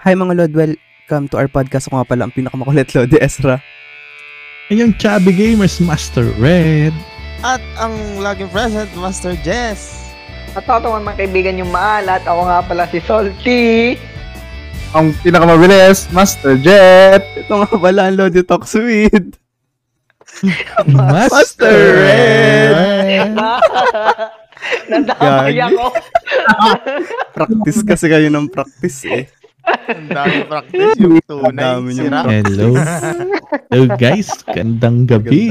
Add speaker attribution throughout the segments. Speaker 1: Hi mga Lod, welcome to our podcast. Ako nga pala ang pinakamakulit Lodi Ezra.
Speaker 2: Ay, yung Chubby Gamers Master Red.
Speaker 3: At ang laging present, Master Jess.
Speaker 4: At ako mga kaibigan yung maalat. Ako nga pala si Salty.
Speaker 5: Ang pinakamabilis, Master Jet.
Speaker 1: Ito nga pala ang Lodi Talks with. Master Red.
Speaker 4: Nadamay
Speaker 1: Gagi.
Speaker 4: ako.
Speaker 1: Practice kasi kayo ng practice eh.
Speaker 3: Ang dami practice yung
Speaker 1: Ang
Speaker 3: tunay.
Speaker 1: dami niyang
Speaker 3: sira.
Speaker 2: Hello. Hello guys, gandang gabi.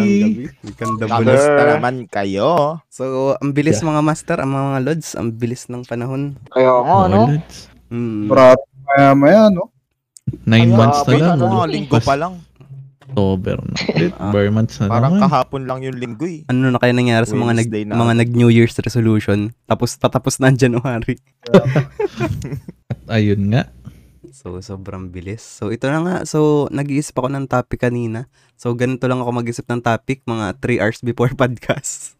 Speaker 1: Maganda bonus.
Speaker 3: Kamusta Eh, naman kayo?
Speaker 1: So, ang bilis mga master, ang mga Lods, ang bilis ng panahon.
Speaker 4: Kaya nga, no?
Speaker 2: Wallets.
Speaker 1: Mm.
Speaker 5: Brat, maya maya, Um, no?
Speaker 2: Nine
Speaker 3: Ay,
Speaker 2: months na
Speaker 3: grabe,
Speaker 2: lang.
Speaker 3: ano,
Speaker 2: ulit.
Speaker 3: linggo pa lang. Ah,
Speaker 2: October na. Ulit, Bar months na
Speaker 3: Parang
Speaker 2: Ano naman.
Speaker 3: kahapon lang yung linggo eh.
Speaker 1: Ano na kaya nangyari sa mga nag,
Speaker 3: Wednesday na.
Speaker 1: mga nag New Year's resolution? Tapos tatapos na ang January.
Speaker 2: At ayun nga.
Speaker 1: So, sobrang bilis. So, ito na nga. So, nag-iisip ako ng topic kanina. So, ganito lang ako mag-isip ng topic mga 3 hours before podcast.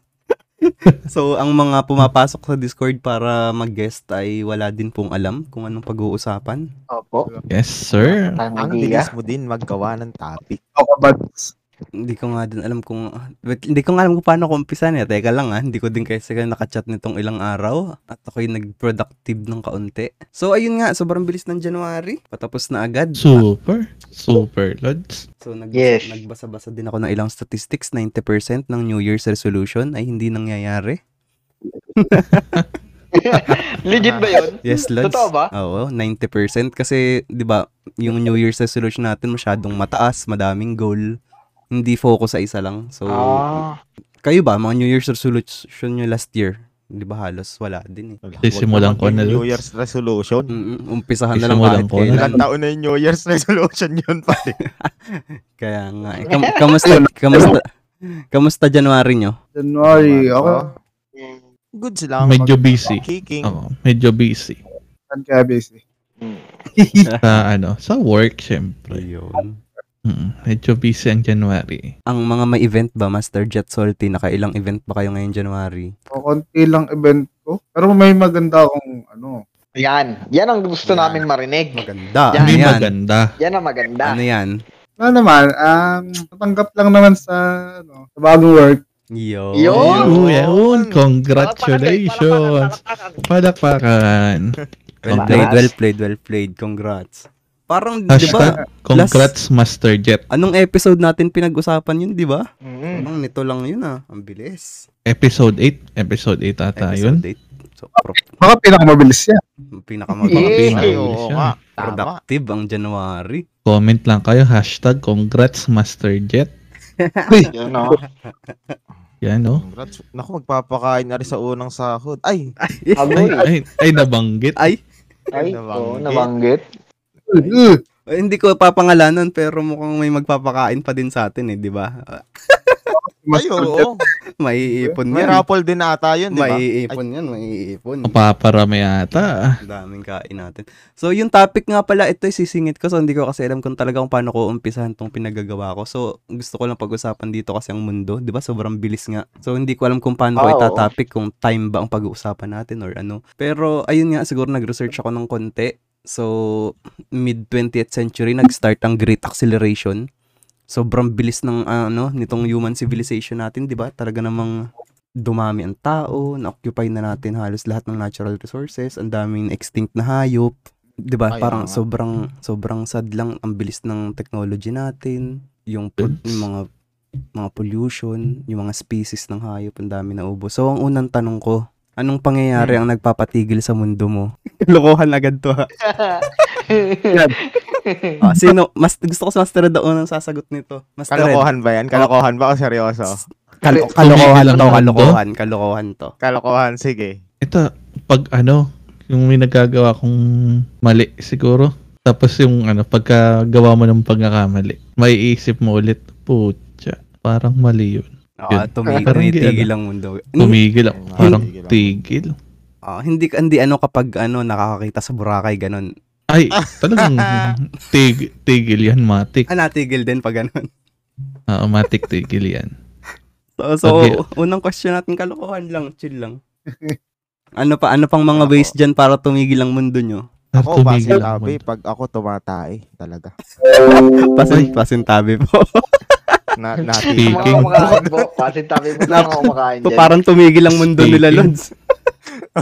Speaker 1: so, ang mga pumapasok sa Discord para mag-guest ay wala din pong alam kung anong pag-uusapan.
Speaker 4: Opo.
Speaker 2: Yes, sir.
Speaker 4: Ang
Speaker 3: Ang
Speaker 4: giga.
Speaker 3: bilis mo din maggawa ng topic.
Speaker 5: Ako ba?
Speaker 1: Hindi ko nga din alam kung... wait, hindi ko nga alam kung paano ko umpisan eh. Teka lang ah, hindi ko din kasi ka nakachat nitong ilang araw at ako'y nag-productive ng kaunti. So, ayun nga, sobrang bilis ng January. Patapos na agad.
Speaker 2: Super. Super, Lods.
Speaker 1: So nag
Speaker 4: Yes.
Speaker 1: nagbasa-basa din ako ng ilang statistics, 90% ng New Year's resolution ay hindi nangyayari.
Speaker 4: Legit ba yun?
Speaker 1: Yes, Lods.
Speaker 4: Hmm, Totoo ba?
Speaker 1: Oo, 90% kasi 'di ba, yung New Year's resolution natin masyadong mataas, madaming goal, hindi focus sa isa lang. So
Speaker 4: Ah.
Speaker 1: kayo ba mga New Year's resolution nyo last year? 'Di ba halos wala din eh.
Speaker 2: Sisimulan ko
Speaker 3: Huwag
Speaker 2: na,
Speaker 3: naman yung New
Speaker 2: Lods.
Speaker 3: Year's resolution.
Speaker 1: Mm, umpisahan na lang
Speaker 2: Isimulan
Speaker 1: kahit
Speaker 2: ko na.
Speaker 1: kailan.
Speaker 3: Ilang taon na yung New Year's resolution yun pa eh.
Speaker 1: Kaya nga eh. Kam- kamusta kamusta kamusta January nyo?
Speaker 5: January,
Speaker 3: Tama
Speaker 5: ako.
Speaker 2: diba?
Speaker 3: ba? Diba? Good lang.
Speaker 2: Medyo busy. Oh,
Speaker 3: Kicking.
Speaker 2: Oo, medyo busy.
Speaker 5: Saan kaya busy?
Speaker 2: Sa ano, sa work, syempre.
Speaker 1: Ayun.
Speaker 2: Mm, medyo busy ang January.
Speaker 1: Ang mga may event ba, Master Jet Salty, nakailang event ba kayo ngayong January?
Speaker 5: O, konti lang event ko. Pero may maganda akong, ano,
Speaker 4: Yan. Yan ang gusto
Speaker 1: Yan.
Speaker 4: namin marinig.
Speaker 1: Maganda. Ano
Speaker 4: Yan.
Speaker 2: Hindi
Speaker 1: yan?
Speaker 2: maganda.
Speaker 4: Yan ang maganda.
Speaker 1: Ano yan?
Speaker 5: na naman, um, natanggap lang naman sa, ano, sa bagong work.
Speaker 1: Yo.
Speaker 4: Yun.
Speaker 2: Oh, yun.
Speaker 4: Palakpakan,
Speaker 2: Congratulations.
Speaker 4: palakpakan, palakpakan.
Speaker 2: Palakpakan.
Speaker 1: Well
Speaker 2: Congrats.
Speaker 1: played, well played, well played. Congrats. Parang, di ba,
Speaker 2: Hashtag, congrats Master Jet.
Speaker 1: anong episode natin pinag-usapan yun, di ba?
Speaker 4: Mm.
Speaker 1: Parang nito lang yun ah. Ang bilis.
Speaker 2: Episode 8. Episode 8 ata yun.
Speaker 1: Episode 8. So, pro-
Speaker 5: Baka pinakamabilis yan.
Speaker 1: pinakamagabi.
Speaker 4: Yeah.
Speaker 3: Ay, oo
Speaker 2: Siya.
Speaker 3: nga. Tama.
Speaker 1: Productive ang January.
Speaker 2: Comment lang kayo, hashtag congrats Master Jet.
Speaker 4: Yan o.
Speaker 2: Yan oh. o.
Speaker 3: Congrats. Naku, magpapakain na rin sa unang sahod. Ay,
Speaker 2: Ay,
Speaker 4: Agoy.
Speaker 2: ay, ay, nabanggit.
Speaker 1: Ay,
Speaker 4: Ay, oo, nabanggit.
Speaker 5: Uh,
Speaker 1: eh, hindi ko papangalanan pero mukhang may magpapakain pa din sa atin eh, di ba? Ah,
Speaker 3: ay,
Speaker 5: Master Jet.
Speaker 3: oo.
Speaker 1: May iipon
Speaker 3: May
Speaker 1: yan.
Speaker 3: raffle din ata yun, di ba?
Speaker 1: May iipon yan, may iipon.
Speaker 2: Mapaparami ata.
Speaker 1: Ang daming kain natin. So, yung topic nga pala, ito ay sisingit ko. So, hindi ko kasi alam kung talaga kung paano ko umpisahan tong pinagagawa ko. So, gusto ko lang pag-usapan dito kasi ang mundo, di ba? Sobrang bilis nga. So, hindi ko alam kung paano ko
Speaker 4: Ah, oo.
Speaker 1: itatopic, kung time ba ang pag-uusapan natin or ano. Pero, ayun nga, siguro nag-research ako ng konti. So, mid-20th century, nag-start ang Great Acceleration. Sobrang bilis ng ano nitong human civilization natin, 'di ba? Talaga namang dumami ang tao, na-occupy na natin halos lahat ng natural resources, ang daming extinct na hayop, 'di ba?
Speaker 3: Ay,
Speaker 1: Parang
Speaker 3: oo nga.
Speaker 1: sobrang sobrang sad lang ang bilis ng technology natin, yung, pol-
Speaker 2: Oops.
Speaker 1: yung mga mga pollution, yung mga species ng hayop, ang dami na ubo. So, ang unang tanong ko, anong pangyayari ang nagpapatigil sa mundo mo? Lokohan agad to ha. Ah, sino? Mas, gusto ko si Master Red ang unang sasagot nito. Master Red.
Speaker 3: Kalokohan ba yan? Kalokohan ba o seryoso?
Speaker 1: Kalo-
Speaker 2: Tumigil
Speaker 1: kalokohan
Speaker 2: ang
Speaker 1: to,
Speaker 2: mundo?
Speaker 1: kalokohan, kalokohan to.
Speaker 3: Kalokohan, sige.
Speaker 2: Ito, pag ano, yung may nagagawa kong mali siguro. Tapos yung ano, pagkagawa mo ng pagkakamali, may isip mo ulit, putya, parang mali yun.
Speaker 1: Ah, tumi-
Speaker 2: Parang hindi ano.
Speaker 1: tumitigil ang mundo. Hindi-
Speaker 2: Tumigil ako,
Speaker 3: Ay,
Speaker 2: parang
Speaker 3: tumigil ako.
Speaker 2: tigil.
Speaker 1: ah, hindi, hindi ano kapag ano, nakakakita sa Boracay, ganun.
Speaker 2: Ay, talagang tig, tigil yan, matik.
Speaker 1: Ah, natigil din pag ganun.
Speaker 2: Oo, matik tigil yan.
Speaker 1: So, so
Speaker 2: Okay.
Speaker 1: unang question natin, kalokohan lang, chill lang. ano pa, ano pang mga ways dyan para tumigil ang mundo nyo?
Speaker 3: Ako,
Speaker 2: tumigil ang
Speaker 3: pasintabi.
Speaker 2: mundo.
Speaker 3: Pag ako tumatay, talaga.
Speaker 1: Pasin, pasintabi po.
Speaker 3: Na,
Speaker 2: Speaking.
Speaker 3: natin.
Speaker 4: Mga kumakain po. Kasi tabi mo na mga kumakain
Speaker 1: Pa-
Speaker 4: dyan.
Speaker 1: parang tumigil ang mundo nila,
Speaker 2: Speaking.
Speaker 1: Lods.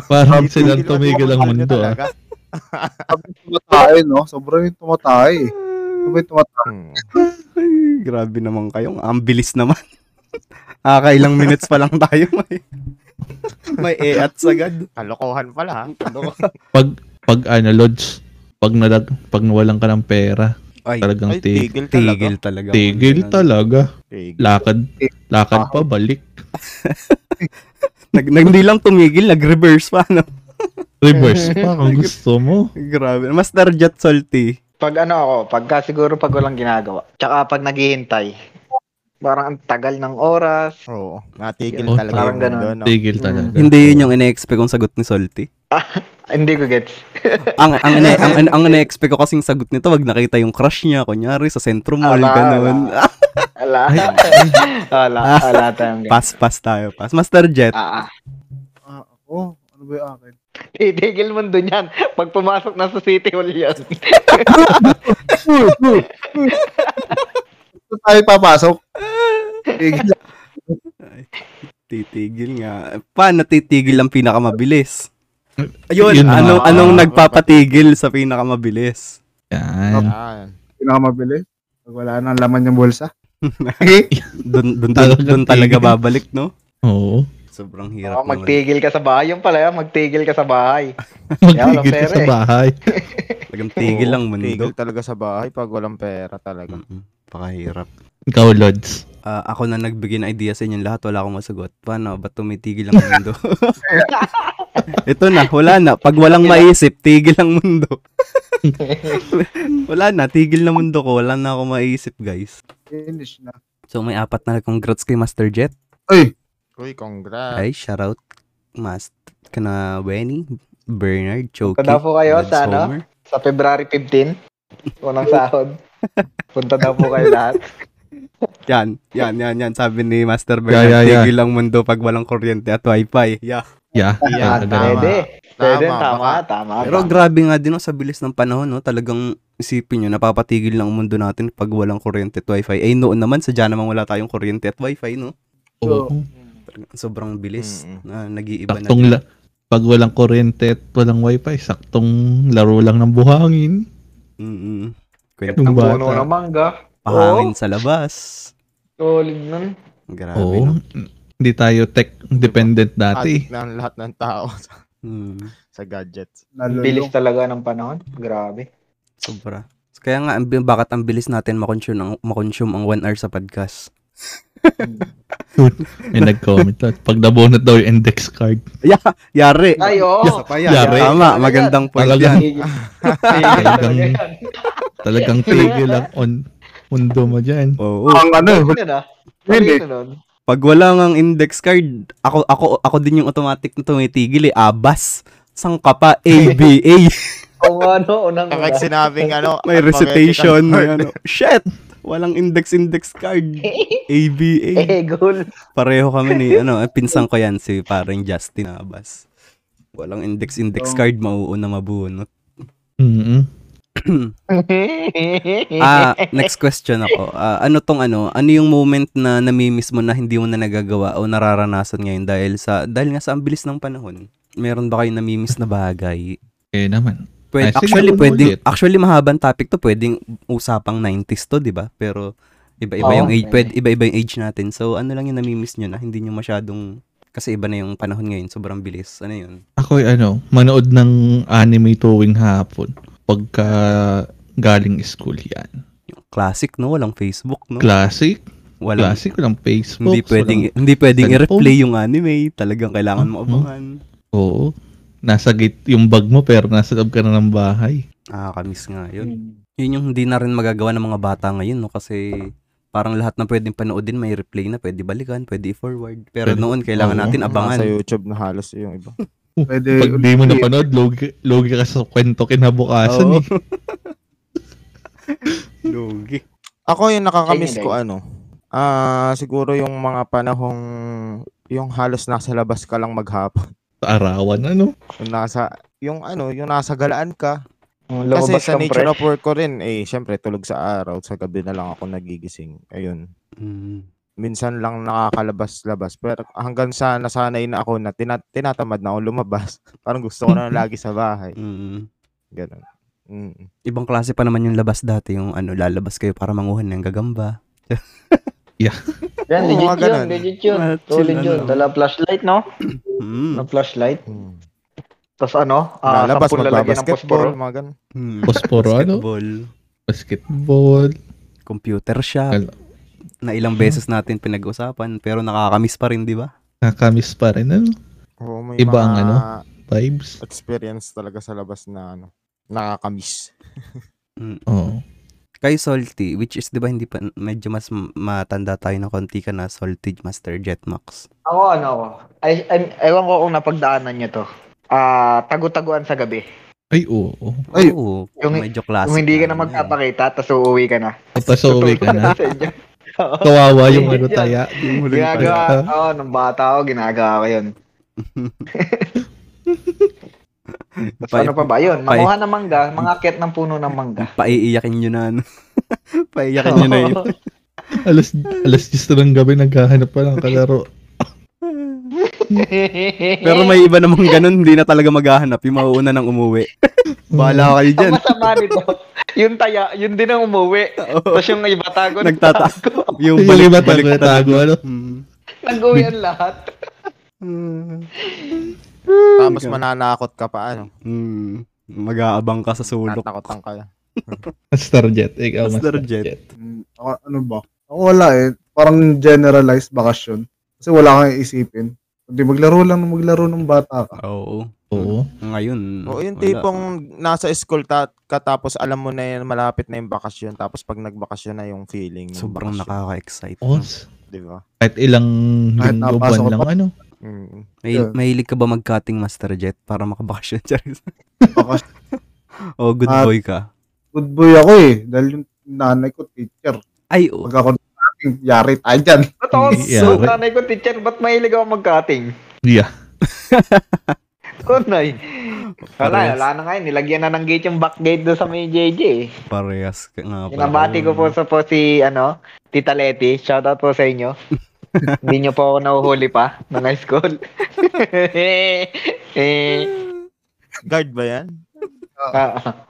Speaker 2: Parang sila tumigil ang mundo. Ah.
Speaker 3: Talaga.
Speaker 5: tumatay, no? Sobrang yung tumatay. Sobrang yung tumatay.
Speaker 3: Hmm.
Speaker 1: Ay, grabe naman kayo. Ang bilis naman. Ah, kailang minutes pa lang tayo. May, may e at sagad.
Speaker 3: Kalokohan pala, ha?
Speaker 2: Pag, pag ano, Lods, pag, nalag, pag nawalan ka ng pera,
Speaker 1: Ay,
Speaker 2: talagang
Speaker 3: Ay,
Speaker 2: tigil.
Speaker 3: tigil talaga.
Speaker 1: tigil talaga.
Speaker 2: Tigil
Speaker 1: Ganun.
Speaker 2: talaga.
Speaker 3: Tigil.
Speaker 2: Lakad, lakad pa, balik.
Speaker 1: Nag, nag, hindi lang tumigil, nag-reverse pa. No?
Speaker 2: Reverse pa kung gusto mo.
Speaker 1: Grabe. Master Jet Salty.
Speaker 4: Pag ano ako, pagka siguro pag walang ginagawa. Tsaka pag naghihintay. Parang ang tagal ng oras.
Speaker 3: Oo. Natigil
Speaker 2: Oh,
Speaker 3: talaga
Speaker 4: parang
Speaker 3: yung mundo, no?
Speaker 2: Tigil talaga.
Speaker 1: Hindi yun yung ine-expect kong sagot ni Salty.
Speaker 4: Ay, Hindi ko gets.
Speaker 1: ang ang ine, ang, ang, ang ine-expect ko kasing sagot nito, wag nakita yung crush niya kunyari sa Centro Mall
Speaker 4: Ala,
Speaker 1: ganun. Ah,
Speaker 4: Ala. Ala. Ala tayong ganyan.
Speaker 1: pass pass tayo, pass. Master Jet.
Speaker 4: Ah, ah.
Speaker 5: Ah, ako? Ano ba yung akin?
Speaker 4: Titigil mo doon yan. Pag pumasok na sa City Hall yan.
Speaker 5: Saan tayo papasok? Tigil.
Speaker 1: Titigil nga. Paano titigil ang pinakamabilis? Ayun,
Speaker 2: Yun na.
Speaker 1: anong,
Speaker 3: Ah,
Speaker 1: anong
Speaker 3: ah,
Speaker 1: nagpapatigil sa pinakamabilis?
Speaker 2: Yan.
Speaker 3: Yan.
Speaker 5: Pinakamabilis. Pag wala nang laman yung bulsa. Okay.
Speaker 1: Doon dun, dun,
Speaker 2: Talagang
Speaker 1: dun talaga
Speaker 2: tigil.
Speaker 1: babalik, no?
Speaker 2: Oo.
Speaker 1: Sobrang
Speaker 4: Oh,
Speaker 1: hirap naman.
Speaker 4: magtigil ka sa bahay. Yung pala, magtigil ka sa bahay.
Speaker 2: Magtigil
Speaker 4: walang
Speaker 2: ka
Speaker 4: pera
Speaker 2: sa
Speaker 4: eh.
Speaker 2: bahay.
Speaker 1: Talagang tigil
Speaker 3: Oo,
Speaker 1: lang mundo.
Speaker 3: Tigil talaga sa bahay pag walang pera talaga.
Speaker 1: Mm-mm, Pakahirap.
Speaker 2: Ikaw, Lods.
Speaker 1: Ah, ako na nagbigay ng idea sa inyo lahat, wala akong masagot. Paano? Ba't tumitigil ang mundo? Ito na, wala na. Pag walang maisip, tigil ang mundo. wala na, tigil na mundo ko. Wala na akong maisip, guys.
Speaker 5: Finish na.
Speaker 1: So may apat na congrats kay Master Jet.
Speaker 5: Uy!
Speaker 3: Uy,
Speaker 2: Ah.
Speaker 3: congrats.
Speaker 1: Ay, shoutout. Mas, kana Wenny, Bernard, Choki.
Speaker 4: Punta daw po kayo
Speaker 1: Lods
Speaker 4: sa ano?
Speaker 1: Homer.
Speaker 4: Sa February 15. Unang sahod. Punta daw po kayo lahat.
Speaker 1: Yan, yan, yan, yan. Sabi ni Master
Speaker 2: Yeah,
Speaker 1: Bernard,
Speaker 2: yeah, yeah.
Speaker 1: tigil ang mundo pag walang kuryente at wifi. Yeah.
Speaker 2: Yeah.
Speaker 3: Yeah,
Speaker 2: yeah
Speaker 3: tama.
Speaker 4: Ah, Pwede. Pwede.
Speaker 3: Tama,
Speaker 4: Tama.
Speaker 3: baka-
Speaker 4: Tama.
Speaker 1: Pero
Speaker 4: tama.
Speaker 1: grabe nga din no, sa bilis ng panahon, no? Talagang isipin nyo, napapatigil lang ang mundo natin pag walang kuryente at wifi. Eh noon naman, sadya namang wala tayong kuryente at wifi, no?
Speaker 2: Oo.
Speaker 1: Talagang Sobrang bilis.
Speaker 3: Mm-mm.
Speaker 1: na nag-iiba na.
Speaker 2: Saktong la- pag walang kuryente at walang wifi, saktong laro lang ng buhangin.
Speaker 1: Mm-mm. Kwento,
Speaker 2: Nung
Speaker 4: Ang puno
Speaker 2: bata.
Speaker 4: ng mangga.
Speaker 1: pahangin sa labas.
Speaker 4: Solid nun.
Speaker 1: Grabe, no?
Speaker 2: Oo. Hindi tayo tech dependent dati.
Speaker 3: Addict na ang lahat ng tao sa,
Speaker 1: Mm,
Speaker 3: sa gadgets.
Speaker 4: Ang
Speaker 5: Nalulong.
Speaker 4: Bilis talaga ng panahon. Grabe.
Speaker 1: sobra. So, Kaya nga, ang bi- bakit ang bilis natin makonsume ang, makonsume ang one hour sa podcast?
Speaker 2: May nag-comment na, Pag nabonat daw yung index card.
Speaker 1: Yeah, yari.
Speaker 4: Ay, oo.
Speaker 1: Isa pa yan.
Speaker 2: Yari.
Speaker 1: Tama, magandang point
Speaker 2: Talaga.
Speaker 1: yan.
Speaker 4: Tigil. Tigil talaga yan.
Speaker 2: Talagang tigil lang on mundo mo dyan.
Speaker 1: Oo.
Speaker 5: Ang ano,
Speaker 4: Ano
Speaker 5: eh,
Speaker 4: na?
Speaker 5: Hindi.
Speaker 4: Ano nun?
Speaker 1: Pag wala ngang index card, ako ako ako din yung automatic na tumitigil eh. Abas. Saan ka pa? ABA.
Speaker 4: Kung ano, unang
Speaker 3: Kapag
Speaker 4: una.
Speaker 3: sinabing ano,
Speaker 1: May
Speaker 3: alphabetical
Speaker 1: recitation. May ano.
Speaker 3: order.
Speaker 1: Shit! Walang index index card. ABA.
Speaker 4: Eh, goal.
Speaker 1: Pareho kami ni, ano, eh, pinsan ko yan, si parang Justin Abas. Walang index index card, mauuna mabunot.
Speaker 2: mm
Speaker 1: Ah, next question ako. Ah, ano tong ano, ano yung moment na namimiss mo na hindi mo na nagagawa o nararanasan ngayon dahil sa, dahil nga sa ang bilis ng panahon? Meron ba kayong namimiss na bagay
Speaker 2: Eh naman.
Speaker 1: Pwede,
Speaker 2: Ay, sige,
Speaker 1: actually,
Speaker 2: ano
Speaker 1: pwedeng,
Speaker 2: ulit?
Speaker 1: actually, mahabang topic to. Pwedeng usapang 90s to, di ba? Pero, iba-iba
Speaker 4: Oo,
Speaker 1: yung age,
Speaker 4: pwede.
Speaker 1: pwede, iba-iba yung age natin. So, ano lang yung namimiss nyo na hindi nyo masyadong, kasi iba na yung panahon ngayon, sobrang bilis. Ano yun?
Speaker 2: Ako ano, manood ng anime tuwing hapon. Pagka galing school yan.
Speaker 1: Yung classic, no? Walang Facebook, no?
Speaker 2: Classic.
Speaker 1: Walang,
Speaker 2: Classic. Walang Facebook.
Speaker 1: hindi pwedeng,
Speaker 2: walang-
Speaker 1: hindi pwedeng
Speaker 2: cellphone.
Speaker 1: i-replay yung anime. Talagang kailangan mo
Speaker 2: Mhm.
Speaker 1: abangan.
Speaker 2: oo. Nasa gate yung bag mo pero nasa loob ka na ng bahay.
Speaker 1: Ah, kamis nga yun. Yun yung hindi na rin magagawa ng mga bata ngayon, no? Kasi parang lahat na pwedeng panoodin, may replay na, pwede balikan, pwede i-forward. Pero
Speaker 2: Pwede.
Speaker 1: noon, kailangan
Speaker 2: Oo.
Speaker 1: natin
Speaker 3: Abangan.
Speaker 1: abangan.
Speaker 3: Sa YouTube na halos yung iba.
Speaker 5: Pwede.
Speaker 2: Pag di mo napanood, logi, logi ka sa kwento kinabukasan
Speaker 1: Oo.
Speaker 2: eh.
Speaker 1: Lugi.
Speaker 3: Ako yung nakakamiss
Speaker 4: Ayun,
Speaker 3: ko
Speaker 4: guys.
Speaker 3: ano. Ah, siguro yung mga panahong yung halos nasa labas ka lang maghapon.
Speaker 2: Sa eh. arawan, ano?
Speaker 3: Yung nasa yung ano, yung nasa galaan ka,
Speaker 4: Lumabas
Speaker 3: Kasi sa
Speaker 4: kang
Speaker 3: nature
Speaker 4: fresh.
Speaker 3: of work ko rin, eh, syempre, tulog sa araw, sa gabi na lang ako nagigising. Ayun.
Speaker 1: Mm.
Speaker 3: Minsan lang nakakalabas-labas. Pero hanggang sa nasanay na ako na tina- tinatamad na ako lumabas. Parang gusto ko na lagi sa bahay.
Speaker 1: Mm.
Speaker 3: Ganun. Mm.
Speaker 1: Ibang klase pa naman yung labas dati, yung ano, lalabas kayo para manguhan ng gagamba.
Speaker 4: Yan,
Speaker 3: Oo,
Speaker 4: legit
Speaker 3: mga
Speaker 4: yun,
Speaker 3: ganun.
Speaker 4: legit yun.
Speaker 1: Ah, chill,
Speaker 4: Tulid yun.
Speaker 1: ano.
Speaker 4: Dala flashlight, no?
Speaker 1: Mm.
Speaker 4: Dala flashlight.
Speaker 3: Mm.
Speaker 4: Tapos ano? Ah,
Speaker 3: Hmm. Lalabas,
Speaker 4: sampung lalagyan ng
Speaker 3: magbabasketball,
Speaker 4: posporo.
Speaker 3: mga ganun.
Speaker 1: Mm.
Speaker 2: Posporo, ano?
Speaker 1: Basketball,
Speaker 2: Basketball.
Speaker 1: computer shop,
Speaker 2: Al-
Speaker 1: na ilang beses natin pinag-usapan, pero nakakamiss pa rin, di ba?
Speaker 2: Nakamiss pa rin, ano?
Speaker 3: Oo, may
Speaker 2: Iba ang
Speaker 3: mga
Speaker 2: ano? Vibes.
Speaker 3: experience talaga sa labas na ano, nakakamiss.
Speaker 2: Oo.
Speaker 1: Kay Salty, which is, di ba, hindi pa, medyo mas m- matanda tayo na konti ka na, Salty Master Jetmax.
Speaker 4: Ako, ano ako? Ay, ay, ewan ko kung napagdaanan nyo to. Ah, tagu-taguan sa gabi.
Speaker 2: Ay, oo. oo.
Speaker 5: Ay,
Speaker 1: Oo,
Speaker 4: yung-
Speaker 1: medyo
Speaker 3: Ah,
Speaker 1: classic.
Speaker 4: Kung hindi ka na
Speaker 1: yun.
Speaker 4: magpapakita, tapos uuwi ka na.
Speaker 2: Tapos uwi ka na.
Speaker 4: Sa inyo.
Speaker 2: Kawawa yung ano
Speaker 4: Yan.
Speaker 2: taya.
Speaker 1: Yung huling
Speaker 4: ginagawa,
Speaker 2: pala.
Speaker 4: oo, nung bata ako, ginagawa ko yun. Tapos
Speaker 1: Pa-
Speaker 4: ano pa ba yun?
Speaker 1: pa-
Speaker 4: Makuha ng mangga, mangakit ng puno ng mangga.
Speaker 1: Paiiyakin nyo na, ano. Paiiyakin nyo na yun.
Speaker 2: Alas, alas 10 na ng gabi, naghahanap pa ng kalaro.
Speaker 1: Pero may iba namang ganun, hindi na talaga maghahanap. Yung mauuna nang umuwi. Bahala kayo dyan.
Speaker 4: Ang masama nito, yung taya, yun din ang umuwi. Tapos yung iba tago,
Speaker 1: Nagtata yung
Speaker 2: Yung
Speaker 1: balik
Speaker 2: iba
Speaker 1: balik
Speaker 2: talaga tago, ano?
Speaker 1: Mm.
Speaker 4: nag-uwi ang lahat.
Speaker 3: Tapos
Speaker 1: Ikaw.
Speaker 3: mananakot ka pa ano.
Speaker 1: Mm. Mag-aabang ka sa sulok.
Speaker 3: Natatakotan ka.
Speaker 2: Master Jet. Ikaw,
Speaker 1: Master
Speaker 2: Master,
Speaker 1: Jet.
Speaker 2: Jet.
Speaker 5: Mm, Ako, ano ba? Ako wala eh. Parang generalized bakasyon. Kasi wala kang iisipin. Kundi maglaro lang ng maglaro ng bata ka.
Speaker 1: ah. Oo.
Speaker 2: Oo.
Speaker 1: Ngayon.
Speaker 3: Oo, yung
Speaker 1: wala.
Speaker 3: tipong nasa school ta- ka tapos alam mo na yan, malapit na yung bakasyon. Tapos pag nagbakasyon na yung feeling. ng
Speaker 1: Sobrang
Speaker 3: bakasyon,
Speaker 1: nakaka-excite.
Speaker 2: Oo.
Speaker 1: no?
Speaker 3: Di ba?
Speaker 2: Kahit ilang
Speaker 5: Kahit
Speaker 2: linggo
Speaker 5: napasok
Speaker 2: buwan
Speaker 5: ko
Speaker 2: lang,
Speaker 5: pa.
Speaker 2: ano?
Speaker 3: Mm.
Speaker 1: May,
Speaker 5: Yeah.
Speaker 1: mahilig ka ba mag-cutting Master Jet para makabakasyon? Charis.
Speaker 5: Bakas-
Speaker 1: oh, good
Speaker 5: Ah.
Speaker 1: boy ka.
Speaker 5: Good boy ako eh. Dahil yung nanay ko teacher.
Speaker 1: Ay, oh. oo.
Speaker 5: Pag ako nating yari tayo dyan.
Speaker 4: Ba't ako,
Speaker 2: Yeah.
Speaker 4: so, nanay ko, teacher, ba't mahilig ako mag-cutting?
Speaker 2: Yeah.
Speaker 4: Kunay. Wala,
Speaker 1: Parehas,
Speaker 4: wala na ngayon. Nilagyan na ng gate yung back gate doon sa may JJ. eh.
Speaker 1: parehas ka nga pala.
Speaker 4: Binabati ko po sa po si, ano, Tita Leti. Shoutout po sa inyo. Hindi nyo po ako nahuhuli pa ng high school. eh,
Speaker 3: Guard ba yan?
Speaker 4: ah.